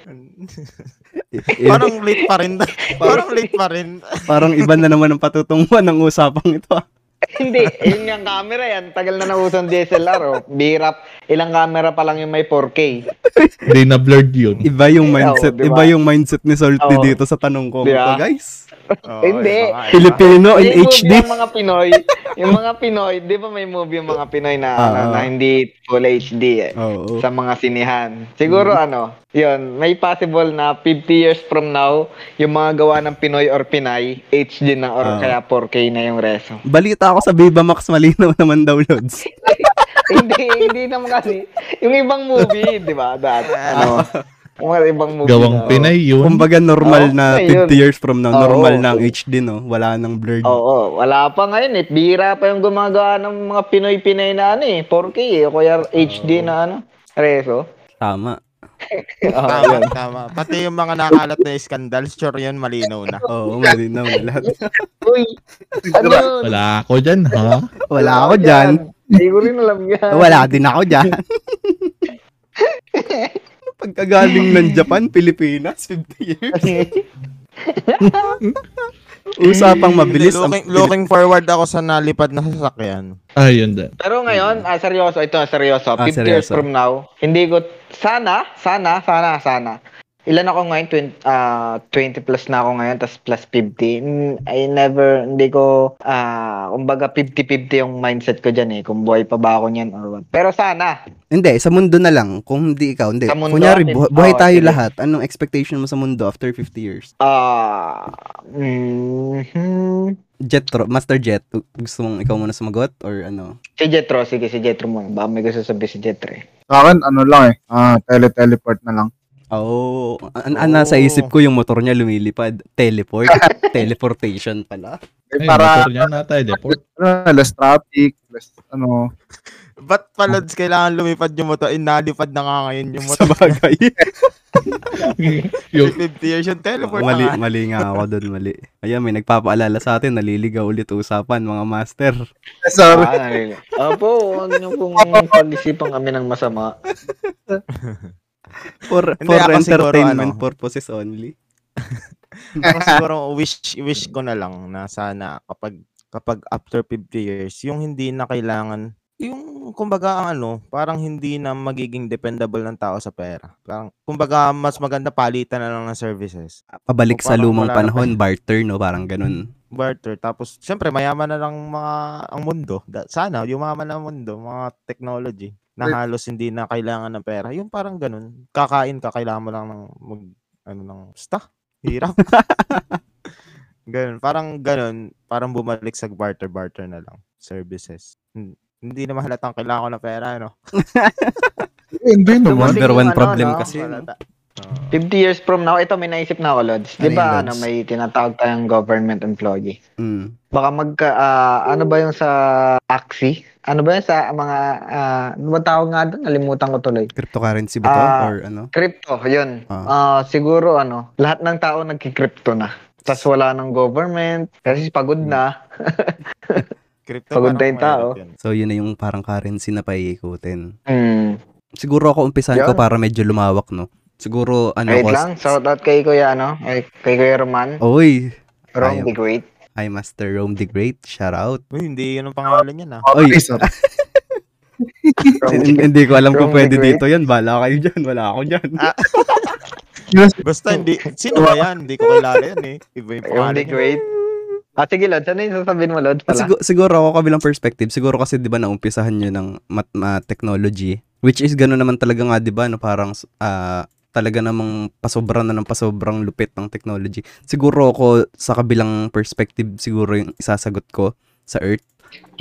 Speaker 1: parang,
Speaker 3: Parang late pa rin. Parang late pa rin.
Speaker 1: parang iba na naman ang patutunguhan ng usapang ito. ah.
Speaker 4: Hindi, yun yung camera yan. Tagal na nausang DSLR oh. Birap, ilang camera pa lang yung may 4K.
Speaker 2: Hindi na blurred yun.
Speaker 1: Iba yung
Speaker 4: Oo,
Speaker 1: mindset.
Speaker 4: diba?
Speaker 1: Iba yung mindset ni Salty
Speaker 4: Oo.
Speaker 1: dito sa tanong ko.
Speaker 4: Diba?
Speaker 1: Ito, guys.
Speaker 3: Oo,
Speaker 4: Hindi.
Speaker 3: iba nga, iba.
Speaker 1: Filipino Oh, in
Speaker 4: Yung movie
Speaker 1: HD.
Speaker 4: Yung mga Pinoy, yung mga Pinoy, di ba may movie yung mga Pinoy na, ano,
Speaker 1: Ah. Oh,
Speaker 4: na hindi full HD eh.
Speaker 1: Oo.
Speaker 4: sa mga sinihan. Siguro
Speaker 1: Mm-hmm.
Speaker 4: ano, yun, may possible na 50 years from now, yung mga gawa ng Pinoy or Pinay, HD na or
Speaker 1: Ah.
Speaker 4: kaya 4K na yung reso.
Speaker 1: Balita ako sa Viva Max malinaw naman daw, Lods.
Speaker 4: hindi, hindi naman kasi. Yung ibang movie, di ba? Dati, ano, yung mga ibang movie. na-
Speaker 2: Gawang Pinay yun.
Speaker 1: Kumbaga normal
Speaker 4: Oo,
Speaker 1: na
Speaker 4: ayun.
Speaker 1: 50 years from now,
Speaker 4: Oo.
Speaker 1: normal na ang HD, no? Wala nang blurred.
Speaker 4: Oo, oo, wala pa ngayon eh. Bira pa yung gumagawa ng mga Pinoy-Pinay na ano eh, 4K eh, o kaya HD na ano, Ah. reso.
Speaker 1: Tama.
Speaker 4: Oo,
Speaker 3: Tama,
Speaker 4: yun.
Speaker 3: tama. Pati yung mga nakalat na skandal, sure yun, malinaw na.
Speaker 1: Oo, malinaw na lahat.
Speaker 4: Uy, ano yun?
Speaker 2: Wala ako dyan, ha?
Speaker 1: Wala ako dyan.
Speaker 4: Hindi ko rin alam yan.
Speaker 1: Wala din ako dyan. Pagkagaling ng Japan, Pilipinas, 50 years. Usapang mabilis. ang
Speaker 3: looking, looking forward ako sa nalipad na sasakyan.
Speaker 2: Ah, yun din.
Speaker 4: Pero ngayon, ah, seryoso, ito,
Speaker 1: Mm.
Speaker 4: seryoso,
Speaker 1: Ah,
Speaker 4: 50 years
Speaker 1: seryoso.
Speaker 4: from now, hindi ko, sana, sana, sana, sana, ilan ako ngayon, 20, ah, 20 plus na ako ngayon, tas plus 50, Mm, I never, hindi ko, ah, kumbaga 50-50 yung mindset ko dyan eh, kung buhay pa ba ako niyan or what. Pero sana,
Speaker 1: Hindi, sa mundo na lang. Kung hindi ikaw, hindi.
Speaker 4: Sa mundo,
Speaker 1: Kunyari,
Speaker 4: atin.
Speaker 1: buh- buhay
Speaker 4: Oo,
Speaker 1: tayo
Speaker 4: sige.
Speaker 1: lahat. Anong expectation mo sa mundo after 50 years?
Speaker 4: ah, mhm.
Speaker 1: Jetro, Master Jet, gu- gusto mong ikaw muna sumagot? Or ano?
Speaker 4: si Jetro, sige, si Jetro muna, baka may gusto sabi si Jetro eh.
Speaker 5: Sa akin, ano lang eh, ah, tele-teleport na lang.
Speaker 1: Oo. Oh, an- an- nasa isip ko yung motor niya lumilipad. Teleport. Teleportation pala.
Speaker 2: Ay,
Speaker 5: Eh, para,
Speaker 2: motor niya na teleport.
Speaker 5: ano, less traffic, less, ano,
Speaker 3: Ba't palods kailangan lumipad yung motor? Inalipad na nga ngayon
Speaker 1: Hmm.
Speaker 3: yung
Speaker 1: Sa
Speaker 3: motor.
Speaker 1: bagay.
Speaker 2: yung,
Speaker 3: 50 years yung teleport
Speaker 1: mali,
Speaker 3: na nga.
Speaker 1: mali nga ako doon, mali. Ayan, may nagpapaalala sa atin, naliligaw ulit usapan, mga master.
Speaker 5: eh, sorry.
Speaker 4: Ah, nalili. Opo, huwag niyo pong pag-isipan kami ng masama.
Speaker 1: For,
Speaker 3: Hindi,
Speaker 1: for
Speaker 3: ako siguro,
Speaker 1: entertainment
Speaker 3: ano.
Speaker 1: purposes only.
Speaker 3: Ako siguro wish, wish ko na lang na sana kapag kapag after 50 years, yung hindi na kailangan yung kumbaga ang ano, parang hindi na magiging dependable ng tao sa pera. Parang kumbaga mas maganda palitan na lang ng services.
Speaker 1: Pabalik
Speaker 3: O,
Speaker 1: sa
Speaker 3: parang
Speaker 1: lumang
Speaker 3: wala na pa-
Speaker 1: panahon, barter, no? Parang ganun.
Speaker 3: Barter. Tapos syempre mayaman na lang mga ang mundo. Da- Sana yumaman na ang mundo, mga technology na
Speaker 5: Wait.
Speaker 3: halos hindi na kailangan ng pera. Yung parang ganun. Kakain ka, kailangan mo lang ng mag, ano ng sta. Hirap. ganun. Parang ganun. Parang bumalik sa barter-barter na lang. Services. Hmm. Hindi na mahalatang kailangan ko ng pera, ano?
Speaker 5: Eh, Hindi naman.
Speaker 4: Dumating
Speaker 1: Number
Speaker 4: yung
Speaker 1: one
Speaker 4: ano,
Speaker 1: problem
Speaker 4: no?
Speaker 1: kasi. no?
Speaker 3: Halata. Oo.
Speaker 4: 50 years from now, ito may naisip na ako, Lods.
Speaker 1: Ano yun,
Speaker 4: Di ba
Speaker 1: Lods?
Speaker 4: ano, may tinatawag tayong government employee?
Speaker 1: Mm.
Speaker 4: Baka magka, ah, ano ba yung sa taxi? Ano ba yung sa mga, ah, ano ba tawag nga doon? Nalimutan ko tuloy.
Speaker 1: Cryptocurrency ba to?
Speaker 4: Ah.
Speaker 1: Or ano?
Speaker 4: Crypto, yun.
Speaker 1: Ah.
Speaker 4: Ah, siguro ano, lahat ng tao nagki-crypto na. Tapos wala ng government, kasi pagod na.
Speaker 3: Crypto,
Speaker 4: Pagod
Speaker 3: parang
Speaker 4: na yung tao.
Speaker 3: mahirap yun.
Speaker 1: So, yun na yung parang currency na paiikutin.
Speaker 4: Hmm.
Speaker 1: Siguro ako umpisan ko
Speaker 4: Yan.
Speaker 1: para medyo lumawak, no? Siguro, ano
Speaker 4: Wait
Speaker 1: ko...
Speaker 4: lang, shout out kay Kuya, ano? Ay, kay Kuya Roman,
Speaker 1: Oy!
Speaker 4: Rom
Speaker 1: ayaw.
Speaker 4: the Great.
Speaker 1: Hi, Master Rome the Great. Shout out.
Speaker 3: Uy, hindi yun ang pangalan ah. niya na.
Speaker 1: Oy,
Speaker 5: Ay, sorry.
Speaker 1: hin- hindi ko alam kung
Speaker 4: Rome the
Speaker 1: pwede
Speaker 4: Great.
Speaker 1: dito yan. Bala kayo dyan. Wala ako dyan.
Speaker 3: Basta hindi, sino ba yan? Hindi ko kilala yan eh. Iba yung
Speaker 4: Yung
Speaker 3: pangalan
Speaker 4: the
Speaker 3: niya.
Speaker 4: great. Ah, sige, Lods. Ano yung sasabihin mo, Lods?
Speaker 1: At
Speaker 4: Pala?
Speaker 1: sigu- siguro ako kabilang perspective, siguro kasi 'di ba naumpisahan niyo ng mat- ma- technology which is gano'n naman talaga nga 'di ba no parang ah, talaga namang pasobra na ng pasobrang lupit ng technology. Siguro ako sa kabilang perspective siguro yung isasagot ko sa Earth.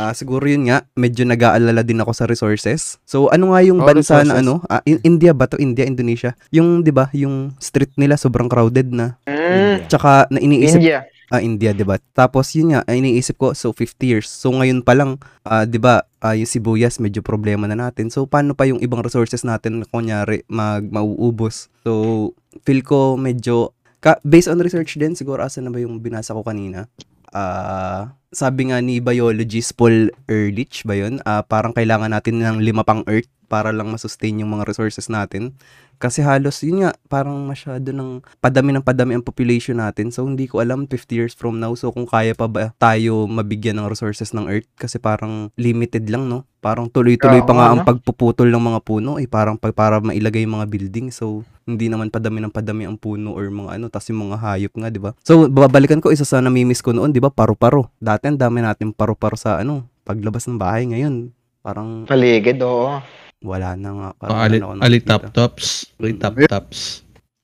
Speaker 1: Ah, siguro yun nga, medyo nag-aalala din ako sa resources. So ano nga yung
Speaker 3: Oh,
Speaker 1: bansa na
Speaker 3: resources.
Speaker 1: ano? Ah, in- India ba to? India, Indonesia. Yung 'di ba, yung street nila sobrang crowded na.
Speaker 4: Mm,
Speaker 1: Tsaka na iniisip
Speaker 4: India.
Speaker 1: ah, India, 'di ba? Tapos yun nga, ay, iniisip ko so 50 years. So ngayon pa lang, ah, 'di ba, ah, yung sibuyas medyo problema na natin. So paano pa yung ibang resources natin na kunyari mag mauubos? So feel ko medyo ka, based on research din siguro asa na ba yung binasa ko kanina? Ah, sabi nga ni biologist Paul Ehrlich ba yun? Ah, parang kailangan natin ng lima pang earth para lang masustain yung mga resources natin. Kasi halos, yun nga, parang masyado ng padami ng padami ang population natin. So, hindi ko alam 50 years from now. So, kung kaya pa ba tayo mabigyan ng resources ng Earth? Kasi parang limited lang, no? Parang tuloy-tuloy
Speaker 4: Oo
Speaker 1: pa nga
Speaker 4: nga,
Speaker 1: ang
Speaker 4: no?
Speaker 1: pagpuputol ng mga puno. Eh, parang pa- para mailagay yung mga building. So, hindi naman padami ng padami ang puno or mga ano. Tapos yung mga hayop nga, di ba? So, babalikan ko, isa sa namimiss ko noon, di ba? Paru-paro. Dati ang dami natin paru-paro sa ano, paglabas ng bahay ngayon. Parang
Speaker 4: Paligid, oo.
Speaker 1: wala na nga. Parang
Speaker 2: Oh,
Speaker 1: wala
Speaker 2: ali,
Speaker 1: na ako
Speaker 2: ali
Speaker 1: nakikita.
Speaker 2: top tops. Ali
Speaker 1: Mm.
Speaker 2: top tops.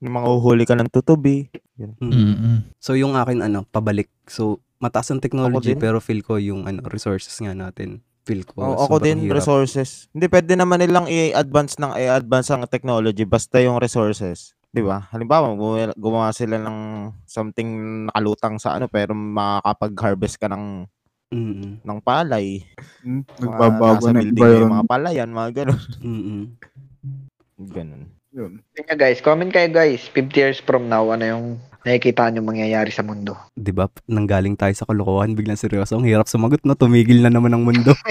Speaker 3: Yung mga uhuli ka ng tutubi.
Speaker 1: Mm.
Speaker 2: Mm-mm.
Speaker 1: So yung akin ano, pabalik. So mataas ang technology
Speaker 3: Ako din.
Speaker 1: pero feel ko yung ano resources nga natin. Feel ko
Speaker 3: Oo, ako
Speaker 1: sobrang
Speaker 3: din,
Speaker 1: hirap.
Speaker 3: resources. Hindi, pwede naman nilang i-advance ng i-advance ang technology basta yung resources. Di ba? Halimbawa, gumawa- gumawa sila ng something nakalutang sa ano pero makakapag-harvest ka ng,
Speaker 1: Mm-mm.
Speaker 3: ng palay.
Speaker 5: Hmm,
Speaker 3: Mga
Speaker 5: Nagbabago
Speaker 3: nasa
Speaker 5: na
Speaker 3: building
Speaker 5: iba
Speaker 3: na
Speaker 5: yun.
Speaker 3: yung Mga palayan, mga ganun.
Speaker 1: Mm-mm.
Speaker 3: ganun.
Speaker 5: Yun.
Speaker 4: Yun nga, guys. Comment kayo, guys. 50 years from now, ano yung nakikita nyo mangyayari sa mundo?
Speaker 1: 'Di ba? Nanggaling tayo sa kalokohan, biglang seryoso. Ang hirap sumagot, no? Tumigil na naman ang mundo.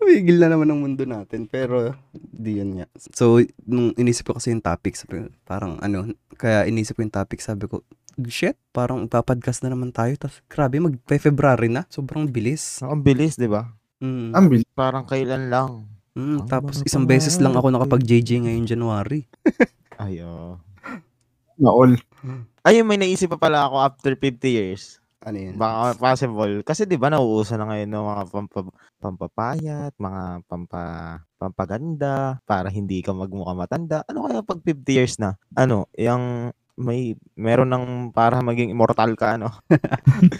Speaker 1: Tumigil na naman ang mundo natin, pero di yun nga. So, nung inisip ko kasi yung topic, sabi ko, parang ano, kaya inisip ko yung topic, sabi ko, shit, parang ipapadcast na naman tayo. Tapos, grabe, mag-February na. Sobrang bilis.
Speaker 3: Ang bilis, di ba?
Speaker 1: Mm.
Speaker 5: Ang bilis.
Speaker 3: Parang kailan lang.
Speaker 1: Mm,
Speaker 3: Ang
Speaker 1: tapos
Speaker 3: mga
Speaker 1: isang beses lang ako
Speaker 3: pangarap,
Speaker 1: nakapag-JJ ngayong January.
Speaker 3: Ay, oo.
Speaker 5: Na all.
Speaker 3: Ay, may naisip pa pala ako after 50 years.
Speaker 1: Ano yun?
Speaker 3: Baka possible. Kasi 'di ba nauuso na ngayon ng mga pampa, pampapayat, mga pampa pampaganda para hindi ka magmukha matanda. Ano kaya pag 50 years na? Ano, yung may meron ng para maging immortal ka ano.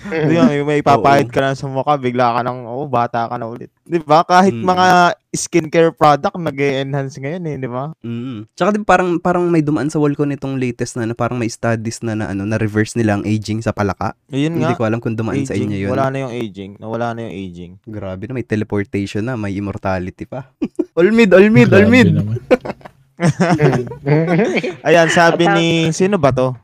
Speaker 3: 'Di ba? May, may papayat ka na sa mukha, bigla ka nang oh, bata ka na ulit. 'Di ba? Kahit
Speaker 1: Mm.
Speaker 3: mga skincare product nag-enhance ngayon eh, 'di ba?
Speaker 1: Mm. Tsaka di ba parang, parang may dumaan sa wall ko nitong latest na, na parang may studies na, na ano, na-reverse nila ang aging sa palaka.
Speaker 3: Ayun
Speaker 1: Hindi
Speaker 3: nga.
Speaker 1: ko alam kung dumaan sa
Speaker 3: aging.
Speaker 1: inyo yun.
Speaker 3: Wala na yung aging. Nawala na yung aging.
Speaker 1: Grabe na, may teleportation na, may immortality pa. all mid, all mid, all
Speaker 2: Grabe
Speaker 1: mid.
Speaker 2: naman.
Speaker 3: Ayan, sabi ni sino ba 'to?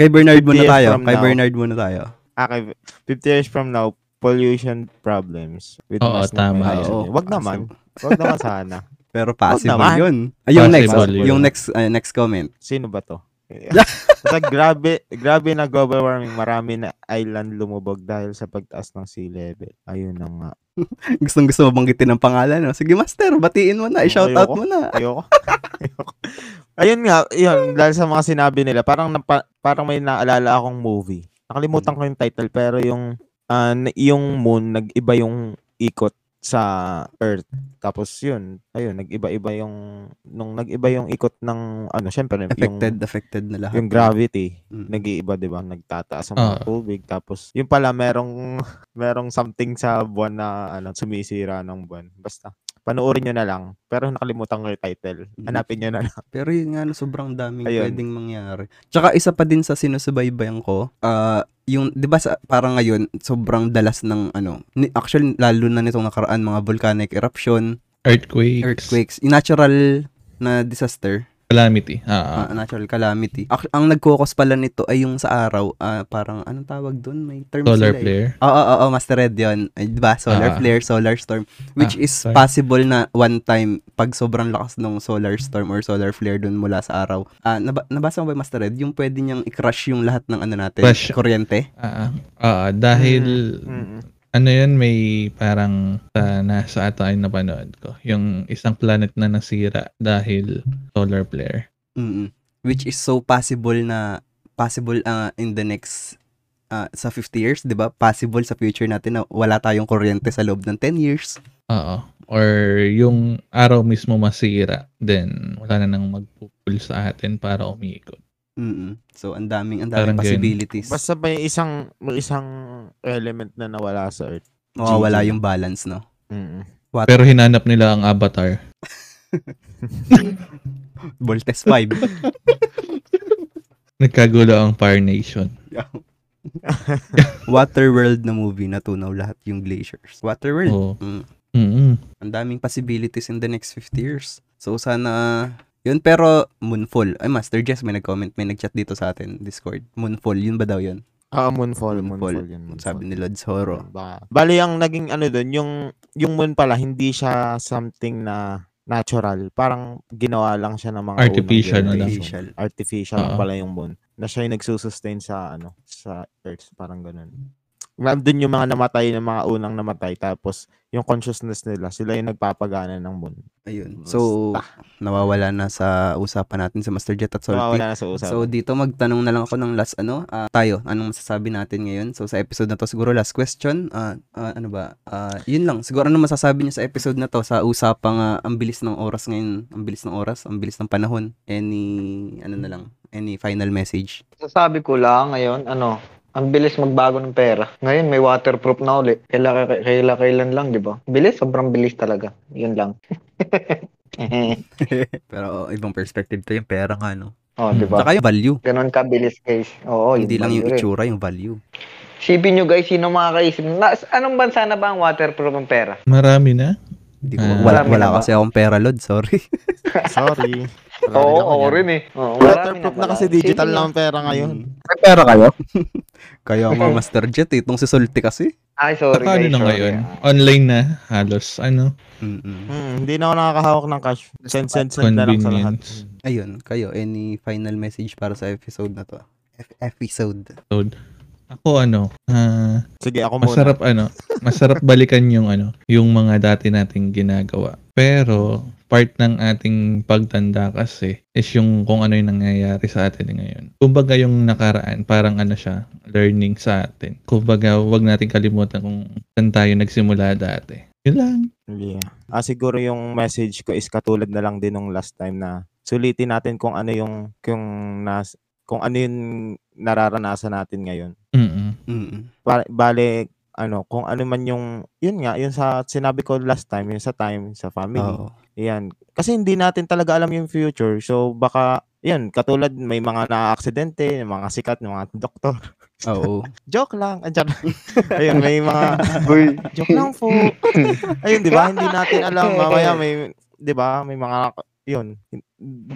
Speaker 1: Kay Bernard
Speaker 3: 50
Speaker 1: muna
Speaker 3: years
Speaker 1: tayo.
Speaker 3: from
Speaker 1: Kay
Speaker 3: now.
Speaker 1: Bernard muna tayo.
Speaker 3: okay, 50 years from now, pollution problems. With
Speaker 2: Oo,
Speaker 3: mass
Speaker 2: tama.
Speaker 3: numeration.
Speaker 1: Oo,
Speaker 3: Wag
Speaker 1: possible.
Speaker 3: naman. Wag naman sana.
Speaker 1: Pero possible
Speaker 3: naman.
Speaker 1: yun. Ay, yung next,
Speaker 2: Possible yun.
Speaker 1: yung next, ah, next comment.
Speaker 3: Sino ba to? Basta grabe, grabe na global warming. Marami na island lumubog dahil sa pagtaas ng sea level. Ayun na nga.
Speaker 1: Gustong gusto mo banggitin ang pangalan. No? Sige, master, batiin mo na.
Speaker 3: Oo,
Speaker 1: I-shoutout
Speaker 3: ayoko.
Speaker 1: mo na.
Speaker 3: Ayoko. Ayoko. Ayun nga, yun, dahil sa mga sinabi nila, parang napa- parang may naalala akong movie. Nakalimutan ko yung title pero yung ah, na- yung moon nag-iba yung ikot sa Earth. Tapos yun, ayun, nag-iba-iba yung nung nag-iba yung ikot ng ano, syempre yung
Speaker 1: Affected, affected na lahat.
Speaker 3: yung gravity
Speaker 1: Mm.
Speaker 3: nag-iiba 'di ba nagtataas ang mga
Speaker 2: Ah.
Speaker 3: tubig tapos yun pala merong merong something sa buwan na ano sumisira ng buwan basta panoorin nyo na lang pero nakalimutan ko yung title
Speaker 1: Mm.
Speaker 3: hanapin nyo na lang
Speaker 1: Pero yun nga, no, sobrang daming
Speaker 3: Ayun.
Speaker 1: pwedeng mangyari. Tsaka isa pa din sa sinusubaybayan ko, ah, yung, di ba sa, parang ngayon, sobrang dalas ng ano, ni, actually, lalo na nitong nakaraan, mga volcanic eruption,
Speaker 2: Earthquakes.
Speaker 1: earthquakes, yung natural na disaster.
Speaker 2: Calamity. Ah, ah.
Speaker 1: Ah, natural calamity. Ac- ang nagkokos pala nito ay yung sa araw, ah, parang anong tawag doon? May term sila
Speaker 2: solar
Speaker 1: eh.
Speaker 2: flare.
Speaker 1: Oo, oo, oo, Master Red yun. Ay, Diba? Solar
Speaker 2: Ah.
Speaker 1: flare, solar storm. Which
Speaker 2: Ah,
Speaker 1: is
Speaker 2: sorry.
Speaker 1: possible na one time pag sobrang lakas ng solar storm or solar flare dun mula sa araw. Ah, naba- nabasa mo ba, Master Red? Yung pwede niyang i-crush yung lahat ng ano natin,
Speaker 2: Crush.
Speaker 1: kuryente?
Speaker 2: Ah, ah. Ah, dahil
Speaker 5: Mm,
Speaker 3: Mm-mm.
Speaker 2: ano yun, may parang sa nasa ata yung napanood ko. Yung isang planet na nasira dahil solar flare.
Speaker 1: Mm-mm. Which is so possible na possible ah, in the next ah, sa 50 years, 'di ba? Possible sa future natin na wala tayong kuryente sa loob ng 10 years.
Speaker 2: Oo. Or yung araw mismo masira, then wala na nang magpupul sa atin para umiikot.
Speaker 1: mm So, ang daming, ang
Speaker 2: Parang
Speaker 1: daming
Speaker 2: ganun.
Speaker 1: possibilities.
Speaker 3: Basta may isang may isang element na nawala sa Earth.
Speaker 1: Mawawala yung balance, no?
Speaker 3: Mm.
Speaker 2: Pero hinanap nila ang avatar.
Speaker 1: Voltes 5.
Speaker 2: Nagkagulo ang Fire Nation.
Speaker 1: Waterworld na movie, natunaw lahat yung glaciers. Waterworld.
Speaker 2: Oo.
Speaker 1: Mm.
Speaker 2: Mm-mm.
Speaker 1: Ang daming possibilities in the next 50 years. So, sana, yun, pero Moonfall. Ay, Master Jess, may nag-comment, may nag-chat dito sa atin, Discord. Moonfall, yun ba daw yun?
Speaker 3: Ah, moonfall,
Speaker 1: Moonfall.
Speaker 3: moonfall, yun. Moonfall.
Speaker 1: Sabi ni Lods Horo.
Speaker 3: Ba- Bali ang naging ano doon, yung yung moon pala hindi siya something na natural. Parang ginawa lang siya ng mga unang
Speaker 2: Artificial na lang.
Speaker 3: generation.
Speaker 1: Artificial.
Speaker 3: Artificial
Speaker 2: Oo.
Speaker 3: pala yung moon. Na siya yung nagsusustain sa ano, sa earth, parang ganun. Nandun yung mga namatay ng mga unang namatay tapos yung consciousness nila, sila yung nagpapagana ng moon.
Speaker 1: Ayun. So, nawawala na sa usapan natin sa Master Jet at Solpy.
Speaker 3: Nawawala na sa usapan.
Speaker 1: So dito magtanong na lang ako ng last ano, ah, tayo, anong masasabi natin ngayon? So sa episode na to siguro last question, ah, ah, ano ba? Ah, yun lang, siguro ano masasabi niyo sa episode na to sa usapang ah, ang bilis ng oras ngayon, ang bilis ng oras, ang bilis ng panahon. Any ano na lang, any final message?
Speaker 4: Sasabi ko lang ngayon, ano, ang bilis magbago ng pera. Ngayon may waterproof na uli. Kaila, kaila, kailan lang, di ba? Bilis, sobrang bilis talaga. Yun lang.
Speaker 1: Pero oh, ibang perspective to yung pera nga no.
Speaker 4: oh, di ba?
Speaker 1: Saka yung value,
Speaker 4: Ganon kabilis, guys. Oo,
Speaker 1: hindi lang yung
Speaker 4: yun.
Speaker 1: itsura, yung value.
Speaker 4: Isipin nyo guys, sino makakaisip? Na, anong bansa na ba ang waterproof ang pera?
Speaker 2: Marami na.
Speaker 1: Hindi ko
Speaker 2: Ah.
Speaker 1: wala,
Speaker 4: Hmm. Marami na ba?
Speaker 1: wala kasi akong pera lod, sorry.
Speaker 3: Sorry. Wala
Speaker 4: Oo,
Speaker 3: ako
Speaker 4: ako
Speaker 3: dyan.
Speaker 4: rin eh. Oo, marami
Speaker 3: Waterproof na
Speaker 4: wala.
Speaker 3: kasi digital
Speaker 4: Isipin
Speaker 3: lang
Speaker 4: nyo.
Speaker 3: ang pera ngayon.
Speaker 2: Mm.
Speaker 5: May pera kayo?
Speaker 1: Kaya mga Master Jet, eh, itong si Solti kasi.
Speaker 4: Ay, Ah, sorry
Speaker 2: Saka ano
Speaker 4: guys.
Speaker 2: na
Speaker 4: sorry,
Speaker 2: ngayon?
Speaker 4: ah.
Speaker 2: Online na. Halos ano.
Speaker 1: Mm-mm.
Speaker 3: Hmm, hindi na ako nakakahawak ng cash. Send, send, send na lang sa lahat.
Speaker 2: Convenience.
Speaker 1: Ayun, kayo, any final message para sa episode na to? F- episode.
Speaker 2: Ako ano. ah,
Speaker 3: Sige, ako muna.
Speaker 2: masarap ano. Masarap balikan yung ano. Yung mga dati nating ginagawa. Pero part ng ating pagtanda kasi is yung kung ano yung nangyayari sa atin ngayon. Kumbaga yung nakaraan, parang ano siya, learning sa atin. Kumbaga, wag natin kalimutan kung saan tayo nagsimula dati. Yun lang.
Speaker 3: Yeah. Ah, siguro yung message ko is katulad na lang din nung last time na sulitin natin kung ano yung kung nas kung ano yung nararanasan natin ngayon.
Speaker 2: Mm-mm.
Speaker 1: Mm-mm.
Speaker 3: Ba- bale ano, kung ano man yung yun nga, yun sa sinabi ko last time, yung sa time, sa family.
Speaker 1: Oo.
Speaker 3: Yan. Kasi hindi natin talaga alam yung future. So baka yan, katulad may mga na-aksidente, yung mga sikat, yung mga doktor.
Speaker 1: Oo.
Speaker 3: Joke lang. Andiyan. Ayun, may mga
Speaker 4: Uy.
Speaker 3: Joke lang po. Ayun, di ba? Hindi natin alam. Mamaya may, di ba? May mga, yun.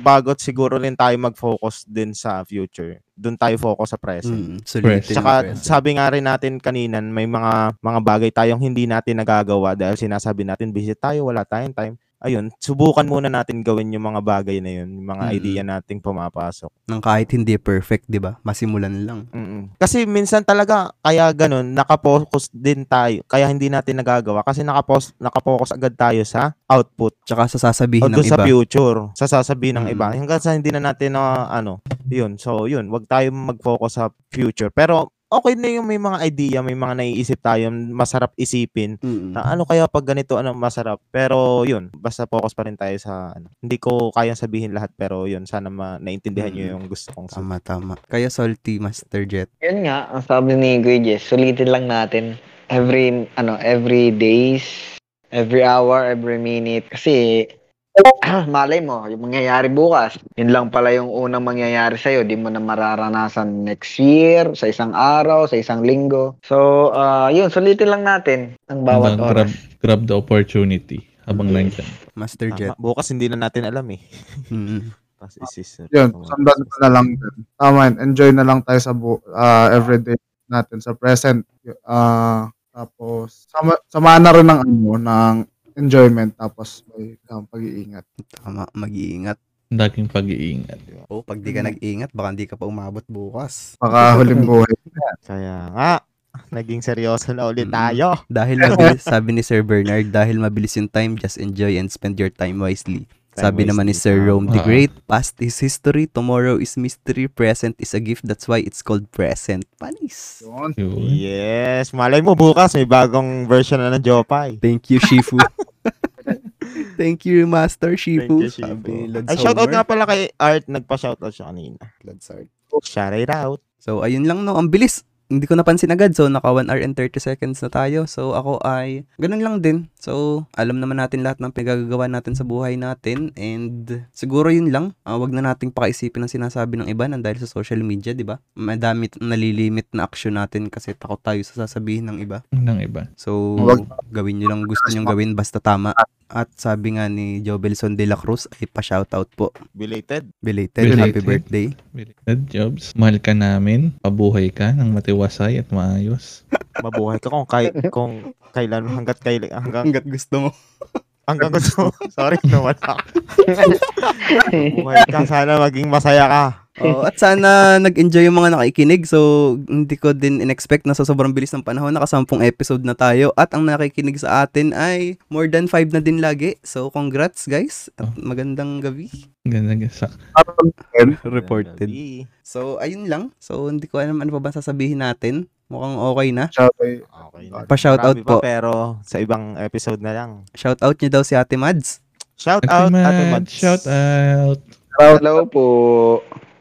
Speaker 3: Bagot siguro rin tayo mag-focus din sa future. Doon tayo focus sa present.
Speaker 1: Mm-mm. Sulitin Hmm.
Speaker 2: Press.
Speaker 1: yung
Speaker 3: Tsaka
Speaker 1: press.
Speaker 3: sabi nga rin natin kanina, may mga mga bagay tayong hindi natin nagagawa dahil sinasabi natin busy tayo, wala tayong time. Ayun, subukan muna natin gawin yung mga bagay na yun, yung mga
Speaker 1: Mm.
Speaker 3: idea nating pumapasok.
Speaker 1: Nang kahit hindi perfect, di ba? Masimulan lang.
Speaker 3: mm Kasi minsan talaga kaya ganun nakapokus din tayo kaya hindi natin nagagawa kasi nakapokus nakapokus agad tayo sa output
Speaker 1: Tsaka sa
Speaker 3: o
Speaker 1: sasabihin ng
Speaker 3: doon Oh, sa
Speaker 1: iba.
Speaker 3: future sa sasabihin ng
Speaker 1: Mm.
Speaker 3: iba hanggang sa hindi na natin na ano yun so yun wag tayo mag-focus sa future pero okay na yung may mga idea may mga naiisip tayo masarap isipin
Speaker 1: Mm-mm.
Speaker 3: na ano kaya pag ganito ano masarap pero yun basta focus pa rin tayo sa ano. hindi ko kayang sabihin lahat pero yun sana ma- naintindihan
Speaker 1: Mm.
Speaker 3: niyo yung gusto kong sabihin
Speaker 1: Tama, tama. Kaya salty, Master Jet.
Speaker 4: Yun nga, ang sabi ni Kuya Jess, sulitin lang natin every, ano, every days, every hour, every minute. Kasi, malay mo, yung mangyayari bukas, yun lang pala yung unang mangyayari sa'yo. Di mo na mararanasan next year, sa isang araw, sa isang linggo. So, ah, yun, sulitin lang natin ang bawat
Speaker 2: Habang
Speaker 4: oras.
Speaker 2: grab, grab the opportunity habang
Speaker 4: Yes.
Speaker 2: nandyan.
Speaker 1: Master
Speaker 3: Tama.
Speaker 1: Jet.
Speaker 3: bukas hindi na natin alam eh
Speaker 1: Mm-mm.
Speaker 3: Tapos isister.
Speaker 5: Yun, sundan ko na lang din. Tama yun, enjoy na lang tayo sa bu- ah, everyday natin, sa present. ah tapos, sama, samahan na rin ng, ano, ng enjoyment tapos may um, pag-iingat.
Speaker 1: Tama, mag-iingat.
Speaker 2: Ang Laging pag-iingat.
Speaker 1: Oh, pag di ka nag-iingat, baka hindi ka pa umabot bukas.
Speaker 5: Baka huling buhay.
Speaker 3: Kaya nga, naging seryoso na ulit
Speaker 1: Mm.
Speaker 3: tayo.
Speaker 1: Dahil mabilis, sabi ni Sir Bernard, dahil mabilis yung time, just enjoy and spend your time wisely. sabi
Speaker 3: Time
Speaker 1: naman ni
Speaker 3: wasted.
Speaker 1: Sir Rome the
Speaker 2: Ah.
Speaker 1: Great, past is history, tomorrow is mystery, present is a gift, that's why it's called present. Panis!
Speaker 5: Yun.
Speaker 2: Yun.
Speaker 3: Yes, malay mo bukas may bagong version na ng Jopay.
Speaker 1: Thank you, Shifu. Thank you, Master Shifu.
Speaker 3: you, Shifu.
Speaker 1: Sabi ni Lods
Speaker 3: Ay, shoutout
Speaker 1: Homer.
Speaker 3: nga pala kay Art. Nagpa-shoutout siya kanina.
Speaker 1: Lods Art.
Speaker 3: Shout out.
Speaker 1: So, ayun lang, no. Ang bilis. Hindi ko napansin agad. So, naka 1 hour and 30 seconds na tayo. So, ako ay ganun lang din. So, alam naman natin lahat ng pinagagawa natin sa buhay natin. And siguro yun lang. Ah, wag na nating pakaisipin ang sinasabi ng iba nang dahil sa social media, di ba? Madami t- nalilimit na action natin kasi takot tayo sa sasabihin ng iba.
Speaker 2: Ng iba.
Speaker 1: So,
Speaker 5: Wag-
Speaker 1: gawin nyo lang gusto nyong gawin basta tama. At sabi nga ni Jobelson de la Cruz ay pa-shoutout po.
Speaker 3: Belated.
Speaker 1: Belated, happy
Speaker 2: Belated.
Speaker 1: birthday.
Speaker 2: Good jobs. Mahal ka namin. Pabuhay ka ng matiwasay at maayos.
Speaker 3: Mabuhay ka kung, kay, kung kailan, hanggat kailan, hanggang,
Speaker 1: Hanggat gusto mo.
Speaker 3: hanggang gusto. mo. Sorry, nawala ako. Mabuhay ka. Sana maging masaya ka.
Speaker 1: Oo, at sana nag-enjoy yung mga nakikinig. So, hindi ko din in-expect na sa sobrang bilis ng panahon, nakasampung episode na tayo. At ang nakikinig sa atin ay more than 5 na din lagi. So, congrats guys. At magandang gabi.
Speaker 2: Ganda ganda.
Speaker 5: Parang
Speaker 1: Reported.
Speaker 3: Gabi.
Speaker 1: So, ayun lang. So, hindi ko alam ano pa ba sasabihin natin. Mukhang okay na.
Speaker 5: siya ay
Speaker 3: Okay na.
Speaker 1: Pa-shoutout
Speaker 3: Marami pa,
Speaker 1: po.
Speaker 3: pero sa ibang episode na lang.
Speaker 1: Shoutout niyo daw si Ate Mads.
Speaker 3: Shout out,
Speaker 2: Ate
Speaker 3: Ate
Speaker 2: Mads,
Speaker 3: Mads.
Speaker 2: shout out.
Speaker 4: Hello po.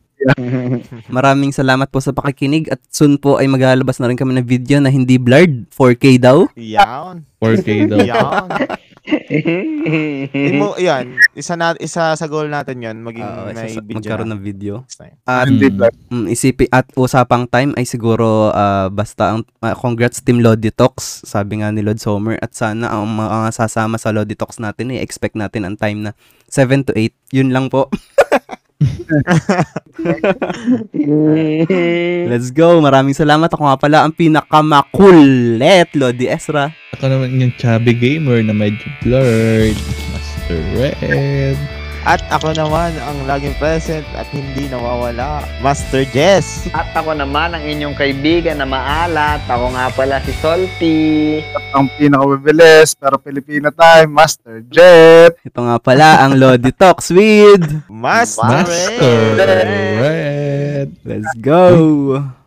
Speaker 1: Maraming salamat po sa pakikinig at soon po ay maglalabas na rin kami ng video na hindi blurred. 4K daw.
Speaker 3: Yan.
Speaker 2: 4K daw.
Speaker 3: Yan. Imo, yan. Isa, na, isa sa goal natin yan. Maging
Speaker 1: Ah, isa
Speaker 3: may
Speaker 1: sa-
Speaker 3: video
Speaker 1: magkaroon
Speaker 3: na
Speaker 1: ng video.
Speaker 3: next time.
Speaker 1: At
Speaker 5: hindi
Speaker 2: Mm.
Speaker 5: black.
Speaker 1: Mm, isipin at usapang time ay siguro ah, basta ang ah, congrats team Lodi Talks sabi nga ni Lord Sommer at sana ang mga sasama sa Lodi Talks natin eh, expect natin ang time na 7 to 8 yun lang po let's go maraming salamat ako nga pala ang pinakamakulit Lodi Ezra
Speaker 2: Ako naman yung chubby gamer na medyo blurred. Master Red.
Speaker 3: At ako naman ang laging present at hindi nawawala. Master Jess.
Speaker 4: At ako naman ang inyong kaibigan na maalat. Ako nga pala si Salty.
Speaker 5: Ang pinakamabilis pero Pilipina time, Master Jet.
Speaker 1: ito nga pala ang Lodi Talks with
Speaker 3: Master.
Speaker 2: Master
Speaker 4: Red.
Speaker 2: Red.
Speaker 1: let's go